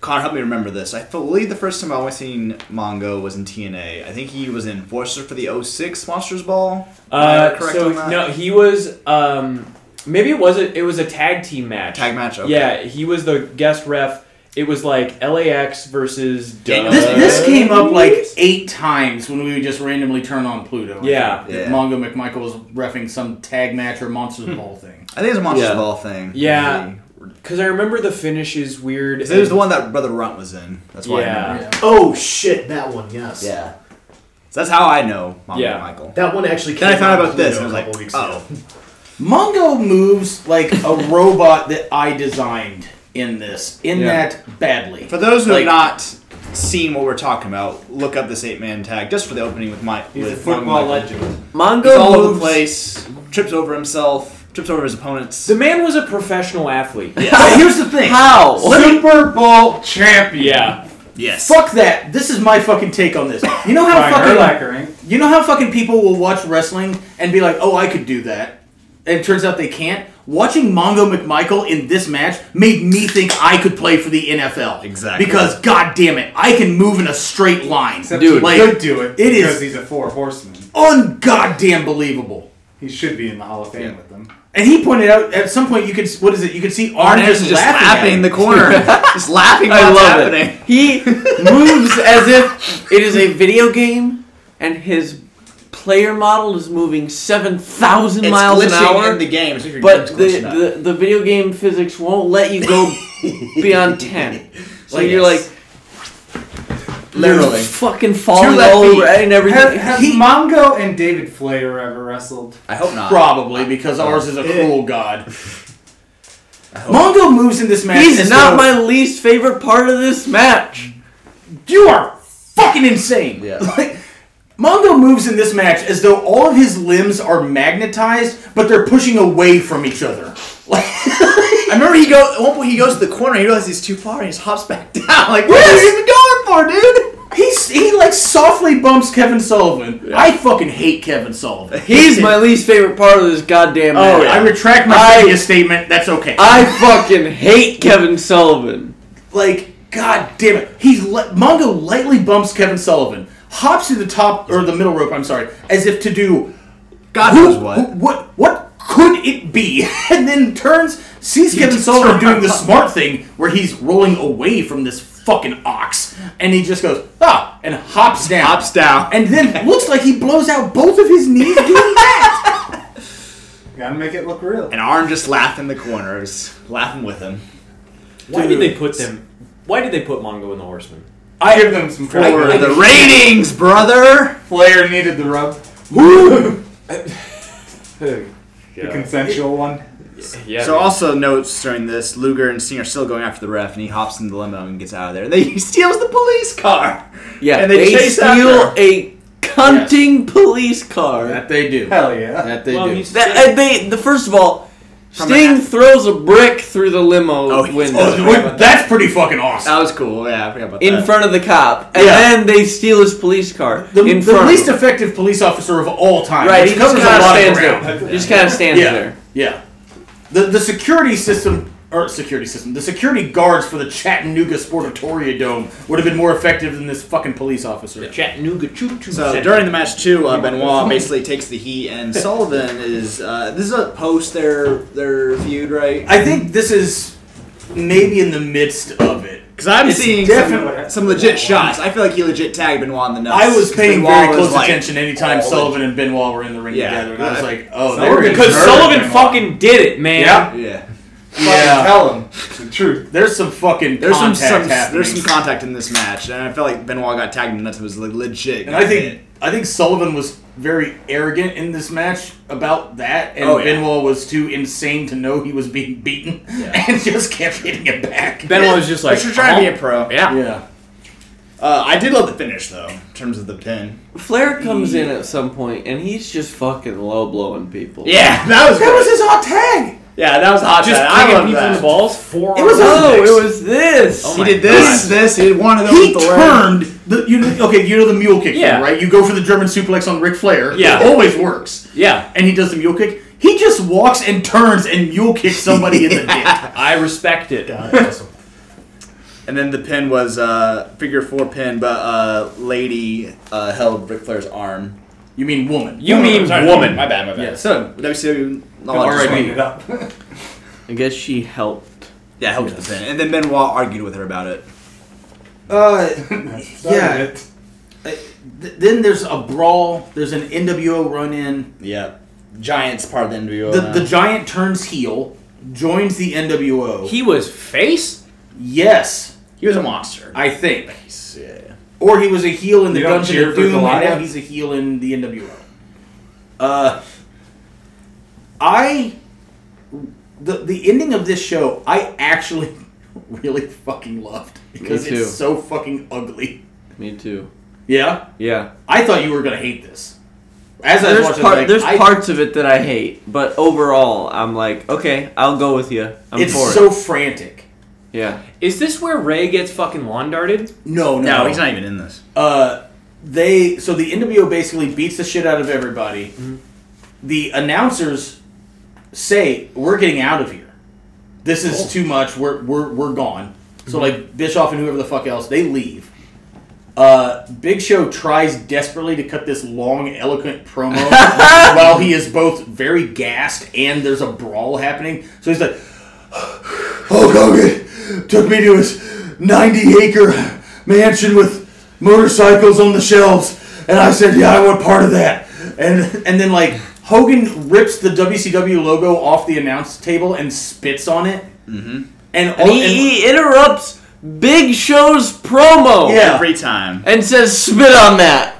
E: Connor, help me remember this. I believe the first time I only seen Mongo was in TNA. I think he was an enforcer for the 06 Monsters Ball. Am I
C: Uh, so no, he was. Um, maybe it was a, it was a tag team match.
E: Tag match. Okay.
C: Yeah, he was the guest ref. It was like LAX versus.
E: Daniel-
A: This, this came up like
C: Dubs.
A: eight times when we would just randomly turn on Pluto. I
C: Yeah.
A: think.
E: Yeah.
A: Mongo McMichael was refing some tag match or Monsters Ball thing.
E: I think it's a Monsters
B: Yeah.
E: Ball thing.
C: Yeah. Because I remember the finish is weird.
E: It was the one that Brother Runt was in. That's why. I
C: Yeah.
E: remember.
D: Oh shit, that one. Yes.
E: Yeah. So that's how I know Mongo
C: Yeah.
E: Michael.
D: That one actually.
E: Then I
D: came
E: found out
D: on
E: about this, and
D: Pluto
E: I was
D: a couple
E: like,
D: weeks ago.
E: "Oh,
A: Mongo moves like a robot that I designed in this, in
C: Yeah.
A: that badly.
E: For those who
A: Like-
E: have not seen what we're talking about, look up this eight-man tag just for the opening with Mike.
G: He's a
E: with
G: football
E: Mongo Michael.
G: legend.
B: Mongo
E: He's all over
B: moves.
E: the place, trips over himself, trips over his opponents.
C: The man was a professional athlete.
A: But here's the thing.
B: How?
A: Super Bowl champion.
C: Yeah.
E: Yes.
A: Fuck that. This is my fucking take on this. You know how
G: Brian
A: fucking
G: Urlacher, ain't?
A: You know how fucking people will watch wrestling and be like, "Oh, I could do that," and it turns out they can't. Watching Mongo McMichael in this match made me think I could play for the NFL.
E: Exactly.
A: Because god damn it, I can move in a straight line.
G: Except
B: Dude.
G: he
A: Like,
G: could do it,
A: it
G: because
A: is-
G: he's a four horseman.
A: Ungoddamn believable.
G: He should be in the Hall of Fame with them.
A: And he pointed out at some point you could what is it? You could see Arn
E: Arn
A: just,
E: Anderson just
A: laughing,
E: laughing in
A: at
E: the
A: him.
E: corner, just laughing while
B: I
E: it's
B: love
E: happening.
B: it. He moves as if it is a video game, and his player model is moving seven thousand
E: It's
B: miles an
E: glitching
B: hour.
E: in the game, so if your
B: but
E: game's
B: the,
E: glitching up.
B: the the video game physics won't let you go beyond ten. So
E: Like
B: you're
E: yes.
B: like you're
E: Literally.
B: fucking falling
E: left
B: over
E: feet.
B: and
G: Have,
B: everything.
G: have
A: he-
G: Mongo and David Flair ever wrestled?
E: I hope not.
A: Probably because ours is a cruel god. Mongo moves in this match.
B: He's
A: as
B: not
A: though-
B: my least favorite part of this match.
A: You are fucking insane.
E: Yeah.
A: Like, Mongo moves in this match as though all of his limbs are magnetized, but they're pushing away from each other. Like,
E: I remember he go at one point he goes to the corner, he realizes he's too far, and he just hops back down. Like, what are you even going for, dude?
A: he's, he like softly bumps Kevin Sullivan. I fucking hate Kevin Sullivan.
B: He's my least favorite part of this goddamn match.
A: Oh, I retract my
B: I-
A: previous statement. That's okay.
B: I fucking hate Kevin Sullivan.
A: like, god damn it. He le- Mongo lightly bumps Kevin Sullivan, hops to the top or the middle rope. I'm sorry, as if to do
E: God
A: Who-
E: knows what.
A: who- what? What could it be? And then turns, sees Kevin Sullivan doing the smart thing where he's rolling away from this fucking ox, and he just goes ah, and hops down,
E: Hops down.
A: and then looks like he blows out both of his knees doing that.
G: Gotta make it look real.
E: And Arn just laughed in the corner, just laughing with him.
C: Why did they put them? Why did they put Mongo in the Horseman?
G: I give them some credit.
E: For the ratings, brother.
G: Flair needed the rub, the
C: Yeah.
G: consensual one.
C: yeah
E: So also notes during this, Luger and Sting are still going after the ref, and he hops in the limo and gets out of there. They, he steals the police car.
B: Yeah,
E: And they chase
B: steal
E: after
B: a cunting police car.
A: they do.
G: Hell yeah.
A: That they
C: Well, he's-
B: That uh, they the first of all, Sting
E: an-
B: throws a brick through the limo
E: Oh, he-
B: window
E: oh,
A: that's pretty fucking awesome.
E: That was cool. Yeah, I forgot about
B: in
E: that.
B: front of the cop, and
A: Yeah.
B: then they steal his police car
A: The,
B: Uh, in
A: the
B: front.
A: least
B: of him.
A: effective police officer of all time.
B: right,
A: which
B: he just
A: covers a
B: kind of
A: lot of
B: stands
A: ground.
B: there. He just kind of stands
A: Yeah.
B: there.
A: Yeah. The the security system or security system, the security guards for the Chattanooga Sportatoria Dome would have been more effective than this fucking police officer.
C: Chattanooga choo choo.
E: So during the match too, uh, Benoit basically takes the heat, and Sullivan is uh, this is a post their their feud, right?
A: I think this is maybe in the midst of it.
E: Because I'm seeing
G: definitely-
E: some, some legit shots. I feel like he legit tagged Benoit in the nuts.
A: I was paying
E: Benoit
A: very
E: was
A: close
E: like-
A: attention anytime Sullivan and Benoit were in the ring
E: Yeah.
A: together, and I was like, "Oh,
G: Sullivan-
A: they're
C: because
G: Murder
C: Sullivan
G: Benoit.
C: fucking did it, man.
G: Yeah.
E: Yeah,
G: Yeah. Tell him.
A: truth. There's some fucking
E: There's some,
A: contact
E: some
A: happening.
E: there's some contact in this match, and I felt like Benoit got tagged in the nuts. It was like legit.
A: and I think I think Sullivan was very arrogant in this match about that, and
E: Oh, yeah.
A: Benoit was too insane to know he was being beaten and just kept hitting it back.
C: Benoit was just like,
E: but you're trying to be a
C: "Oh,
E: pro.
C: yeah.
A: yeah.
E: Uh, I did love the finish though, in terms of the pin.
B: Flair comes in at some point and he's just fucking low blowing people.
E: Yeah, that was
A: That was his hot tag.
E: yeah, that was a hot.
C: Just
E: tag. I
C: kicking
E: love
C: people in the
E: that.
C: balls. Four.
A: was
B: Oh,
A: Olympics.
B: it was this.
E: He did this, this. Oh He did one of those.
A: He
E: with the leg.
A: turned the you know, okay you know the mule kick thing,
C: Yeah.
A: right you go for the German suplex on Ric Flair
C: Yeah.
A: it always works
C: Yeah,
A: and he does the mule kick he just walks and turns and mule kicks somebody in the dick
C: I respect it.
E: And then the pin was uh, figure four pin, but uh, lady uh, held Ric Flair's arm.
A: you mean woman
C: You mean woman?
E: My bad, my bad. Yeah, so WCW. not allowed to
A: R.I.P.
E: swing.
G: Cleaned it up.
B: I guess she helped.
E: Yeah, helped with the pin, and then Benoit argued with her about it.
A: uh
G: Started it.
A: th- then there's a brawl there's an NWO run in
E: Yeah, Giants part of the NWO.
A: the,
E: now.
A: the giant turns heel joins the NWO
C: He was face.
A: yes
E: he was a monster.
A: I think
E: yeah.
A: or he was a heel in the
G: You don't
A: Guns
G: cheer
A: of
G: for
A: Doom, and now
G: Goliath?
A: he's a heel in the NWO. Uh, I the the ending of this show, I actually really fucking loved because
B: too.
A: it's so fucking ugly.
B: Me too.
A: Yeah,
B: Yeah.
A: I thought you were gonna hate this. As I was
B: There's
A: watching,
B: part,
A: like,
B: there's
A: I,
B: parts of it that I hate, but overall, I'm like, okay, I'll go with you. I'm
A: it's
B: for
A: so
B: it.
A: frantic.
B: Yeah.
C: Is this where Ray gets fucking lawn darted?
A: No, no,
E: No, he's not even in this.
A: uh, they so the NWO basically beats the shit out of everybody. The announcers say, "We're getting out of here. This is too much. We're we're we're gone." So like Bischoff and whoever the fuck else, they leave. Uh, Big Show tries desperately to cut this long, eloquent promo while he is both very gassed and there's a brawl happening. So he's like, Hulk Hogan took me to his 90 acre mansion with motorcycles on the shelves, and I said, Yeah, I want part of that. And, and then, like, Hogan rips the WCW logo off the announce table and spits on it. Mm-hmm. And, all, and-
B: He, he interrupts Big Show's promo
A: Yeah.
E: Every time.
B: and says, spit on that.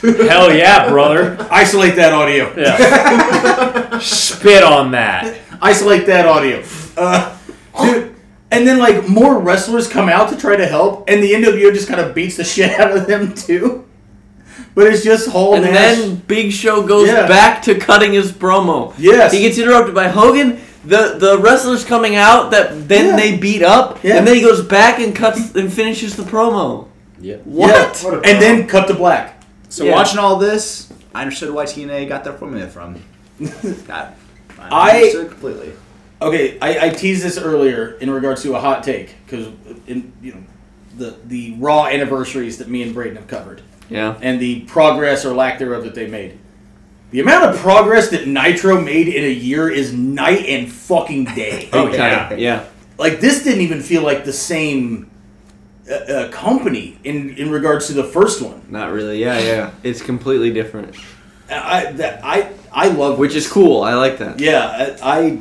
C: Hell yeah, brother.
A: isolate that audio.
C: Yeah. Spit on that.
A: isolate that audio. Uh, dude, and then like more wrestlers come out to try to help, and the NWO just kind of beats the shit out of them too. But it's just Hall
B: And
A: Nash.
B: then Big Show goes
A: Oh, Yeah.
B: back to cutting his promo.
A: Yes.
B: He gets interrupted by Hogan. The the wrestler's coming out that then
A: Yeah.
B: they beat up,
A: Yeah.
B: and then he goes back and cuts and finishes the promo.
E: Yep.
B: What?
A: Yeah. And then cut to black.
E: So
B: Yeah.
E: watching all this, I understood why TNA got their formula from. God,
A: I-
E: I understood completely.
A: Okay, I, I teased this earlier in regards to a hot take because in you know the the Raw anniversaries that me and Braden have covered.
B: Yeah.
A: and the progress or lack thereof that they made. The amount of progress that Nitro made in a year is night and fucking day.
B: Big time. Oh, Yeah.
A: Like this didn't even feel like the same uh, uh, company in in regards to the first one.
B: Not really. Yeah, yeah. It's completely different,
A: I that I I love
B: which is cool. I like that.
A: yeah I, I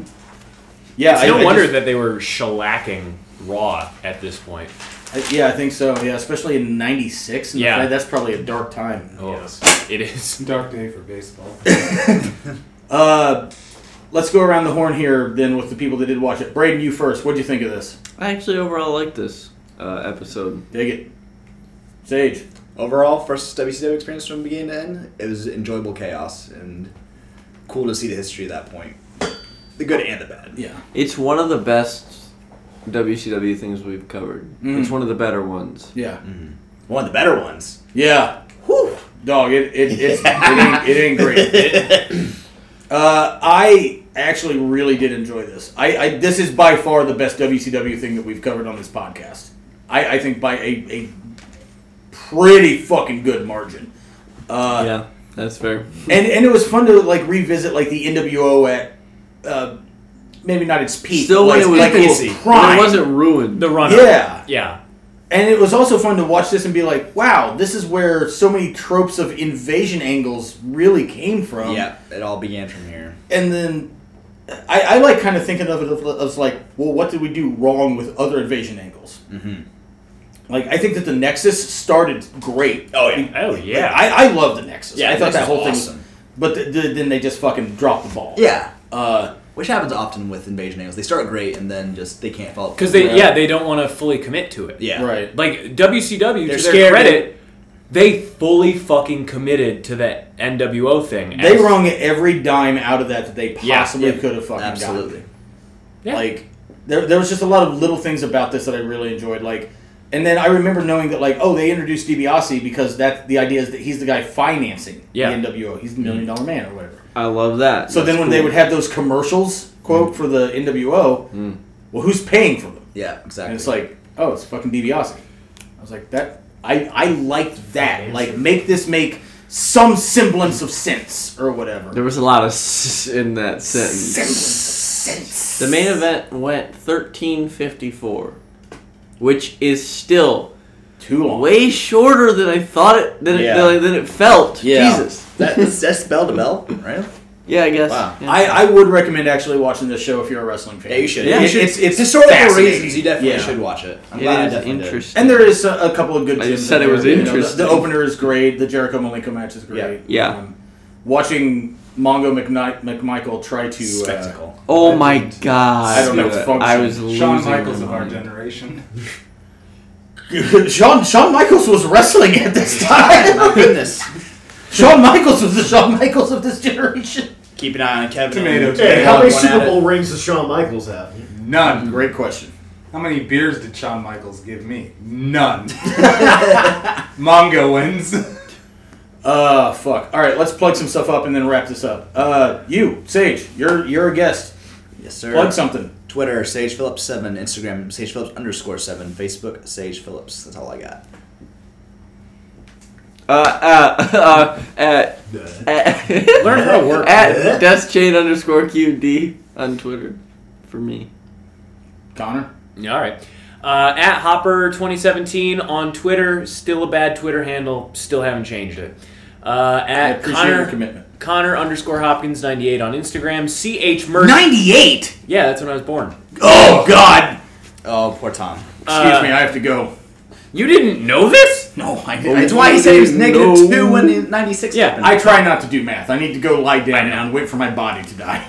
A: yeah
C: It's
A: I,
C: no
A: I
C: wonder
A: just-
C: that they were shellacking Raw at this point.
A: I- yeah I think so yeah especially in '96
C: Yeah.
A: yeah that's probably a dark time.
C: Yes, Oh, it is.
G: Dark day for baseball.
A: Uh, let's go around the horn here then with the people that did watch it. Braden, you first. What'd you think of this?
B: I actually overall like this uh, episode.
A: Dig it. Sage.
E: Overall, first WCW experience from beginning to end, it was enjoyable chaos and cool to see the history at that point. The good and the bad.
A: Yeah.
B: It's one of the best WCW things we've covered.
A: Mhm.
B: It's one of the better ones.
A: Yeah.
E: One of the better ones.
A: Yeah. Whew. Dog, it, it, it's, it, ain't, it ain't great. uh, I actually really did enjoy this. I, I This is by far the best WCW thing that we've covered on this podcast. I, I think by a, a pretty fucking good margin. Uh,
B: yeah, that's fair.
A: and and it was fun to like revisit like the NWO at uh, maybe not its peak,
B: Still
A: but,
B: when
A: like,
B: it was
A: like its
B: cool.
A: prime.
B: It wasn't ruined.
C: The runner.
A: yeah,
C: Yeah.
A: and it was also fun to watch this and be like, wow, this is where so many tropes
E: Um,
A: of invasion angles really came from.
E: yeah, it all began from here.
A: and then I, I like kind of thinking of it of- as like, well, what did we do wrong with other invasion angles? Mm-hmm. Like, I think that the Nexus started great.
E: Oh, yeah.
C: Oh yeah.
A: I, I love the Nexus.
E: Yeah,
A: I thought
E: the
A: that whole
E: Nexus is
A: thing.
E: awesome.
A: Was, but th- th- then they just fucking dropped the ball.
E: Yeah.
A: Uh,
E: Which happens often with invasion angles. They start great and then just they can't follow.
C: Because they yeah. they don't want to fully commit to it.
E: Yeah.
A: Right.
C: Like WCW
A: They're
C: to their
A: scared
C: credit, they fully fucking committed to that NWO thing.
A: They
C: As-
A: wrung every dime out of that that they
C: Yeah,
A: possibly
E: yeah,
A: could have fucking gotten.
E: Absolutely.
C: Yeah.
A: Like there, there was just a lot of little things about this that I really enjoyed. Like, and then I remember knowing that like, oh, they introduced DiBiase because that the idea is that he's the guy financing
C: Yeah. Mm.
A: the NWO. He's the million dollar man or whatever.
B: I love that.
A: So then when they would have those commercials
C: Mm.
A: quote for the NWO,
E: Mm.
A: well, who's paying for them?
E: Yeah, exactly.
A: And it's like, oh, it's fucking DiBiase. I was like, that. I I liked that. Like, make this make some semblance of sense or whatever.
B: there was a lot of s- in that sentence.
A: sense.
B: The main event went thirteen fifty four, which is still
A: Too long.
B: way shorter than I thought it than
A: Yeah.
B: it, than it felt.
A: Yeah.
B: Jesus.
E: that, that's, that's bell to bell, right?
B: Yeah, I guess.
E: Wow.
B: Yeah.
A: I, I would recommend actually watching this show if you're a wrestling fan.
E: Yeah, you should.
B: Yeah,
E: you
A: It-
E: should.
A: It's, it's
E: historical
A: fascinating.
E: reasons. You definitely
A: Yeah.
E: should watch it. I'm
B: It
E: glad I
B: is
E: definitely did.
B: interesting.
A: And there is a, a couple of good.
B: I
A: gems
B: just said
A: in
B: it was
A: there, you know, the- the,
B: interesting.
A: opener is great. The Jericho Malenko match is great.
B: Yeah. Yeah.
A: Um, watching Mongo McKnight, McMichael try to uh,
E: Spectacle.
B: oh my god.
A: I don't know, function.
B: I was losing
G: Shawn
B: my
G: Michaels of our
B: mind.
G: generation.
A: Shawn Shawn Michaels was wrestling at this
E: My
A: time.
E: goodness.
A: Shawn Michaels was the Shawn Michaels of this generation.
E: Keep an eye on Kevin.
G: Tomato,
E: Owens.
G: tomato.
D: Hey, how many
E: One at
D: Super
E: it.
D: Bowl rings does Shawn Michaels have?
G: None.
A: Great question.
G: How many beers did Shawn Michaels give me? None. Mongo wins.
A: Uh, fuck. All right, let's plug some stuff up and then wrap this up. Uh, you Sage, you're you're a guest.
E: Yes, sir.
A: Plug something.
E: Twitter, Sage Phillips seven. Instagram, Sage Phillips underscore seven. Facebook, Sage Phillips. That's all I got.
B: Uh, uh, uh, at, at,
C: learn how to work.
B: at dustchain underscore QD on Twitter for me.
A: Connor.
C: Yeah, all right. Uh, at Hopper 2017 on Twitter, still a bad Twitter handle. Still haven't changed it. Uh,
A: I
C: at
A: appreciate your
C: Connor,
A: commitment.
C: Connor underscore Hopkins 98 on Instagram. CH Merch.
A: Ninety-eight.
C: Yeah, that's when I was born.
A: Oh
B: Uh,
A: God!
E: Oh, poor Tom.
A: Excuse
C: Uh,
A: me, I have to go.
C: You didn't know this?
A: No, I
E: That's
A: didn't.
E: why he said he was negative
B: oh, No.
E: two when in '96
C: Yeah,
E: happened.
A: I try not to do math. I need to go lie down now and wait for my body to die.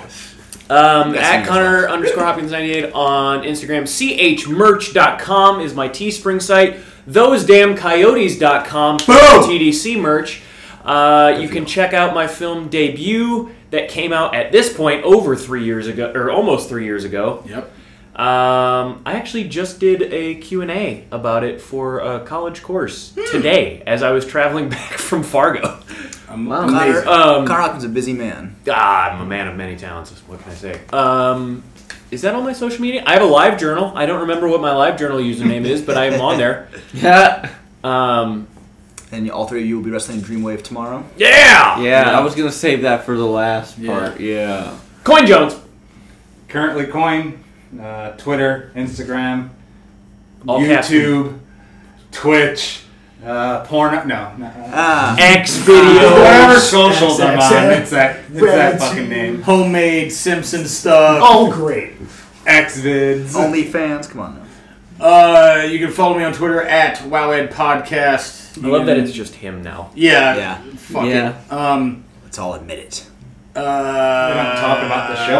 C: Um,
E: That's
C: at
E: me,
C: Connor underscore Hopkins 98 on Instagram. CHmerch.com is my Teespring site. ThoseDamnCoyotes.com for
A: Boom!
C: TDC merch. Uh, you can check out my film debut that came out at this point over three years ago, or almost three years ago.
A: Yep.
C: Um, I actually just did a Q&A about it for a college course
E: Hmm.
C: today as I was traveling back from Fargo.
A: I'm
B: Wow.
E: Connor,
A: amazing.
C: Um,
E: Connor Hopkins is a busy man.
C: Ah, I'm a man of many talents. What can I say? Um, is that on my social media? I have a live journal. I don't remember what my live journal username is, but I am on there.
B: Yeah.
C: Um,
E: And all three of you will be wrestling Dreamwave tomorrow.
C: yeah.
B: Yeah, uh, I was gonna save that for the last part. Yeah.
C: Coin Jones.
G: Currently coin, uh, Twitter, Instagram,
C: All caps.
G: YouTube, Twitch, uh, porn. No, no.
E: Ah.
C: X
G: whatever
C: video.
G: socials I'm
D: X,
G: on,
D: X,
G: it's that it's
D: Red
G: that fucking
D: Team.
G: name.
A: Homemade Simpson stuff.
D: Oh, great.
G: Xvids.
E: Only fans, come on now.
A: Uh, you can follow me on Twitter at WowEd Podcast.
C: I love that it's just him now.
A: Yeah.
E: Yeah.
A: Fuck
B: Yeah.
A: it. Um.
E: Let's all admit it.
A: Uh,
G: don't talk about the show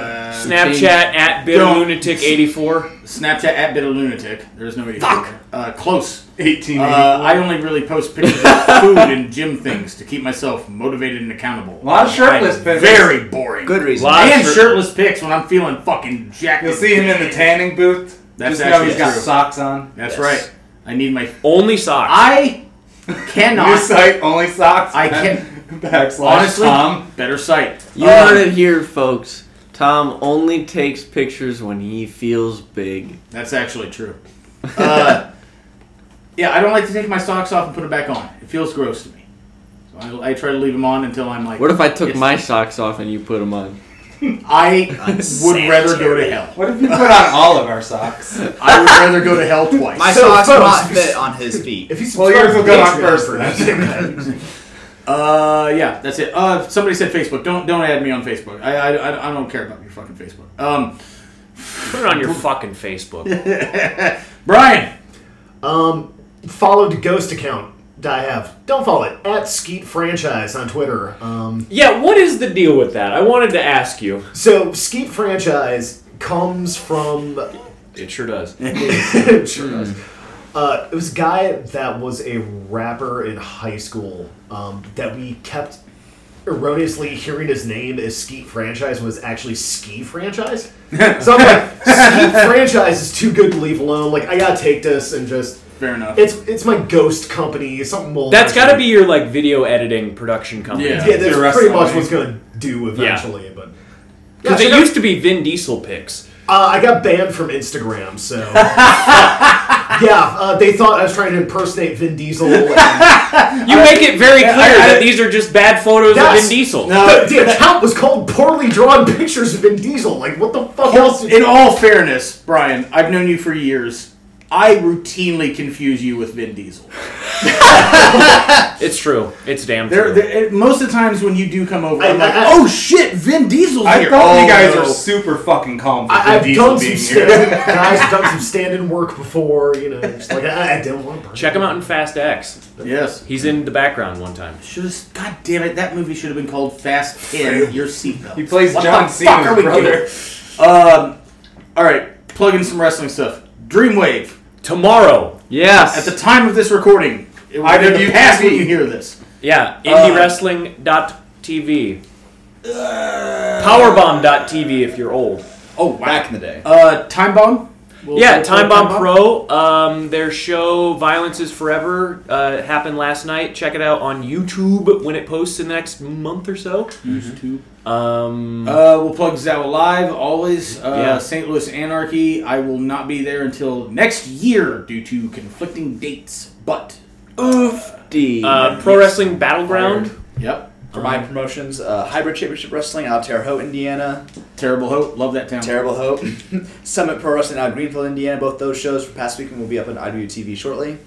E: Facebook.
C: Snapchat at bitterlunatic84.
A: Snapchat at Bit of Lunatic. There's no Fuck. Uh, close.
G: Eighteen.
A: Uh, I only really post pictures of food and gym things to keep myself motivated and accountable.
G: A lot of shirtless
A: I'm
G: pictures.
A: Very boring.
E: Good reason.
C: Lot-
A: and
C: shirt-
A: shirtless pics when I'm feeling fucking jacked.
G: You'll see him in the tanning booth.
A: That's
G: Just know
A: actually
G: he's got
A: true.
G: socks on.
A: That's
E: Yes.
A: right. I need my.
C: Only socks.
A: I
G: New
A: cannot.
G: site, only socks.
A: I can-
G: backslash
A: honestly,
G: Tom.
A: better site.
B: You
A: Uh,
B: heard it here, folks. Tom only takes pictures when he feels big.
A: That's actually true. Uh, yeah, I don't like to take my socks off and put them back on. It feels gross to me. So I, I try to leave them on until I'm like.
B: What if I took
A: Yes.
B: my socks off and you put them on?
A: I would rather go to hell.
G: What if you put on all of our socks?
A: I would rather go to hell twice.
E: My
D: So
E: socks will
D: folks-
E: not fit on his feet.
D: If you
G: Well,
D: subscribe
G: yours will
D: to
G: go on
D: Patreon
G: first.
D: first.
A: Uh, yeah, that's it. Uh, somebody said Facebook. Don't don't add me on Facebook. I I, I, I don't care about your fucking Facebook. Um,
C: Put it on your fucking Facebook.
A: Brian.
D: Um, followed Ghost account that I have. Don't follow it at Skeet Franchise on Twitter. Um,
C: yeah, what is the deal with that? I wanted to ask you.
D: so Skeet Franchise comes from
C: It sure does.
D: it sure does. Uh, it was a guy that was a rapper in high school um, that we kept erroneously hearing his name as Skeet Franchise was actually Ski Franchise. so I'm like, Skeet Franchise is too good to leave alone. Like, I gotta take this and just.
A: Fair enough.
D: It's it's my ghost company. It's something old.
C: That's got to be your like video editing production company.
A: Yeah.
D: Yeah, that's
G: Your
D: pretty
G: wrestling.
D: much what's gonna do eventually. But
C: Because
D: Yeah,
C: it
D: check out-
C: used to be Vin Diesel pics.
D: Uh, I got banned from Instagram, so yeah, uh, they thought I was trying to impersonate Vin Diesel. and-
C: You make it very clear
A: I- I-
C: that these are just bad photos of
D: Yes.
C: Vin Diesel.
D: the, the account was called "Poorly Drawn Pictures of Vin Diesel." Like, what the fuck else?
A: In all fairness, Brian, I've known you for years. I routinely confuse you with Vin Diesel.
C: It's true. It's damn
A: There,
C: true.
A: there- it- most of the times when you do come over, I'm
D: I-
A: like,
D: I-
A: "Oh shit, Vin Diesel's
G: I
A: here."
G: thought you guys
A: Oh,
G: are super fucking calm for
D: I,
G: Vin
D: I've
G: Diesel
D: done some
G: being
D: stand,
G: here.
D: guys, have done some stand-in work before. You know, just like I, I don't want. to-
C: Check him out in Fast X.
A: Yes.
C: He's in the background one time.
A: Should have. God damn it! That movie should have been called Fast Ten. Your seatbelt.
G: He plays
A: What
G: John
A: the fuck are
G: Cena's
A: we
G: brother.
A: doing? Um. All right. Plug in some wrestling stuff. Dreamwave.
C: Tomorrow.
A: At
B: Yes.
A: the time of this recording, it will be in the
G: IWTV.
A: past when you hear this.
C: Yeah.
A: Uh,
C: IndieWrestling.tv. Powerbomb.tv if you're old.
A: Oh wow.
E: Back in the day.
A: Uh, Time Bomb. We'll
C: Yeah,
A: we'll-
C: Time Bomb Pro. Um, their show "Violence Is Forever" uh, happened last night. Check it out on YouTube when it posts in the next month or so.
A: YouTube.
C: Um,
A: Uh, we'll plug Zow Live always. Uh,
C: Yeah.
A: St. Louis Anarchy. I will not be there until next year due to conflicting dates. But
E: Oh,
B: D.
C: uh, Pro Wrestling Battleground.
A: yep,
E: For my promotions, uh, Hybrid Championship Wrestling out of Terre Haute, Indiana.
A: terrible hope. Love that town.
E: Terrible Hope. Summit Pro Wrestling out of Greenville, Indiana. Both those shows for past week and will be up on IWTV shortly.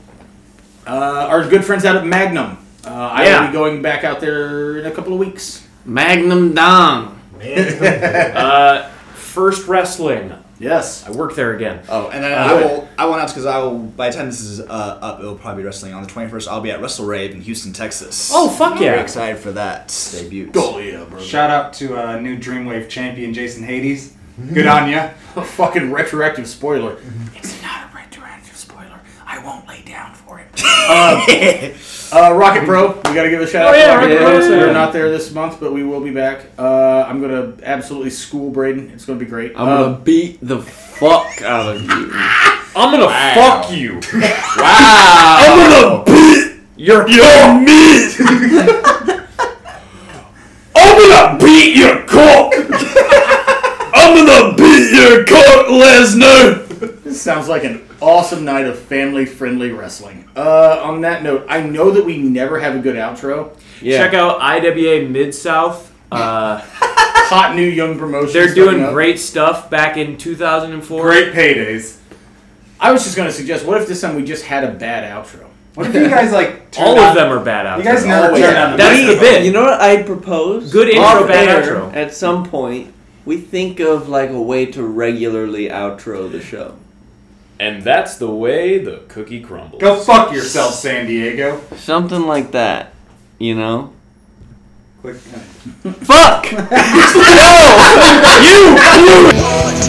A: Uh, our good friends out at Magnum. Uh, I will
C: Yeah.
A: be going back out there in a couple of weeks.
B: Magnum Dong.
C: Uh, First Wrestling.
A: Yes.
C: I work there again.
E: Oh, and then
A: Uh,
E: I
A: good.
E: will I will announce because I will by the time this is uh, up, it'll probably be wrestling on the twenty first. I'll be at Wrestle Rave in Houston, Texas.
C: Oh fuck
E: very
C: yeah!
E: excited for that debut.
A: Oh yeah, bro.
G: Shout out to uh, new Dreamwave champion Jason Hades. Good on ya.
A: fucking retroactive spoiler.
I: Mm-hmm. It's not a retroactive spoiler. I won't lay down for it.
A: Uh, Rocket Pro, we gotta give a shout out
C: Oh, yeah,
A: to Rocket
C: Rocket
A: Pro.
C: Pro,
A: We're
C: yeah.
A: not there this month, but we will be back. Uh, I'm gonna absolutely school Braden. It's gonna be great.
B: I'm gonna
A: Um,
B: beat the fuck out of you.
C: I'm gonna fuck you.
B: Wow.
C: You're
F: Your meat! I'm gonna beat your cock! I'm gonna beat your cock, Lesnar!
A: This Uh, sounds like an awesome night of family-friendly wrestling. Uh, on that note, I know that we never have a good outro.
B: Yeah.
C: check out IWA Mid South. Uh,
A: Hot new young promotion.
C: they're doing great stuff. Back in 2004.
G: Great paydays.
A: I was just gonna suggest, what if this time we just had a bad outro?
G: What if you guys like turn
C: All
G: on,
C: of them are bad out.
G: You guys
C: there.
G: never
A: Always.
G: turn on the
C: That's
G: mic.
C: the bit.
B: You know what I propose?
C: Good intro,
B: Off
C: bad
B: air,
C: outro.
B: At some point, we think of like a way to regularly outro the show.
C: And that's the way the cookie crumbles.
G: Go fuck yourself, San Diego.
B: Something like that. You know?
G: Click-
B: Fuck!
F: You blew it!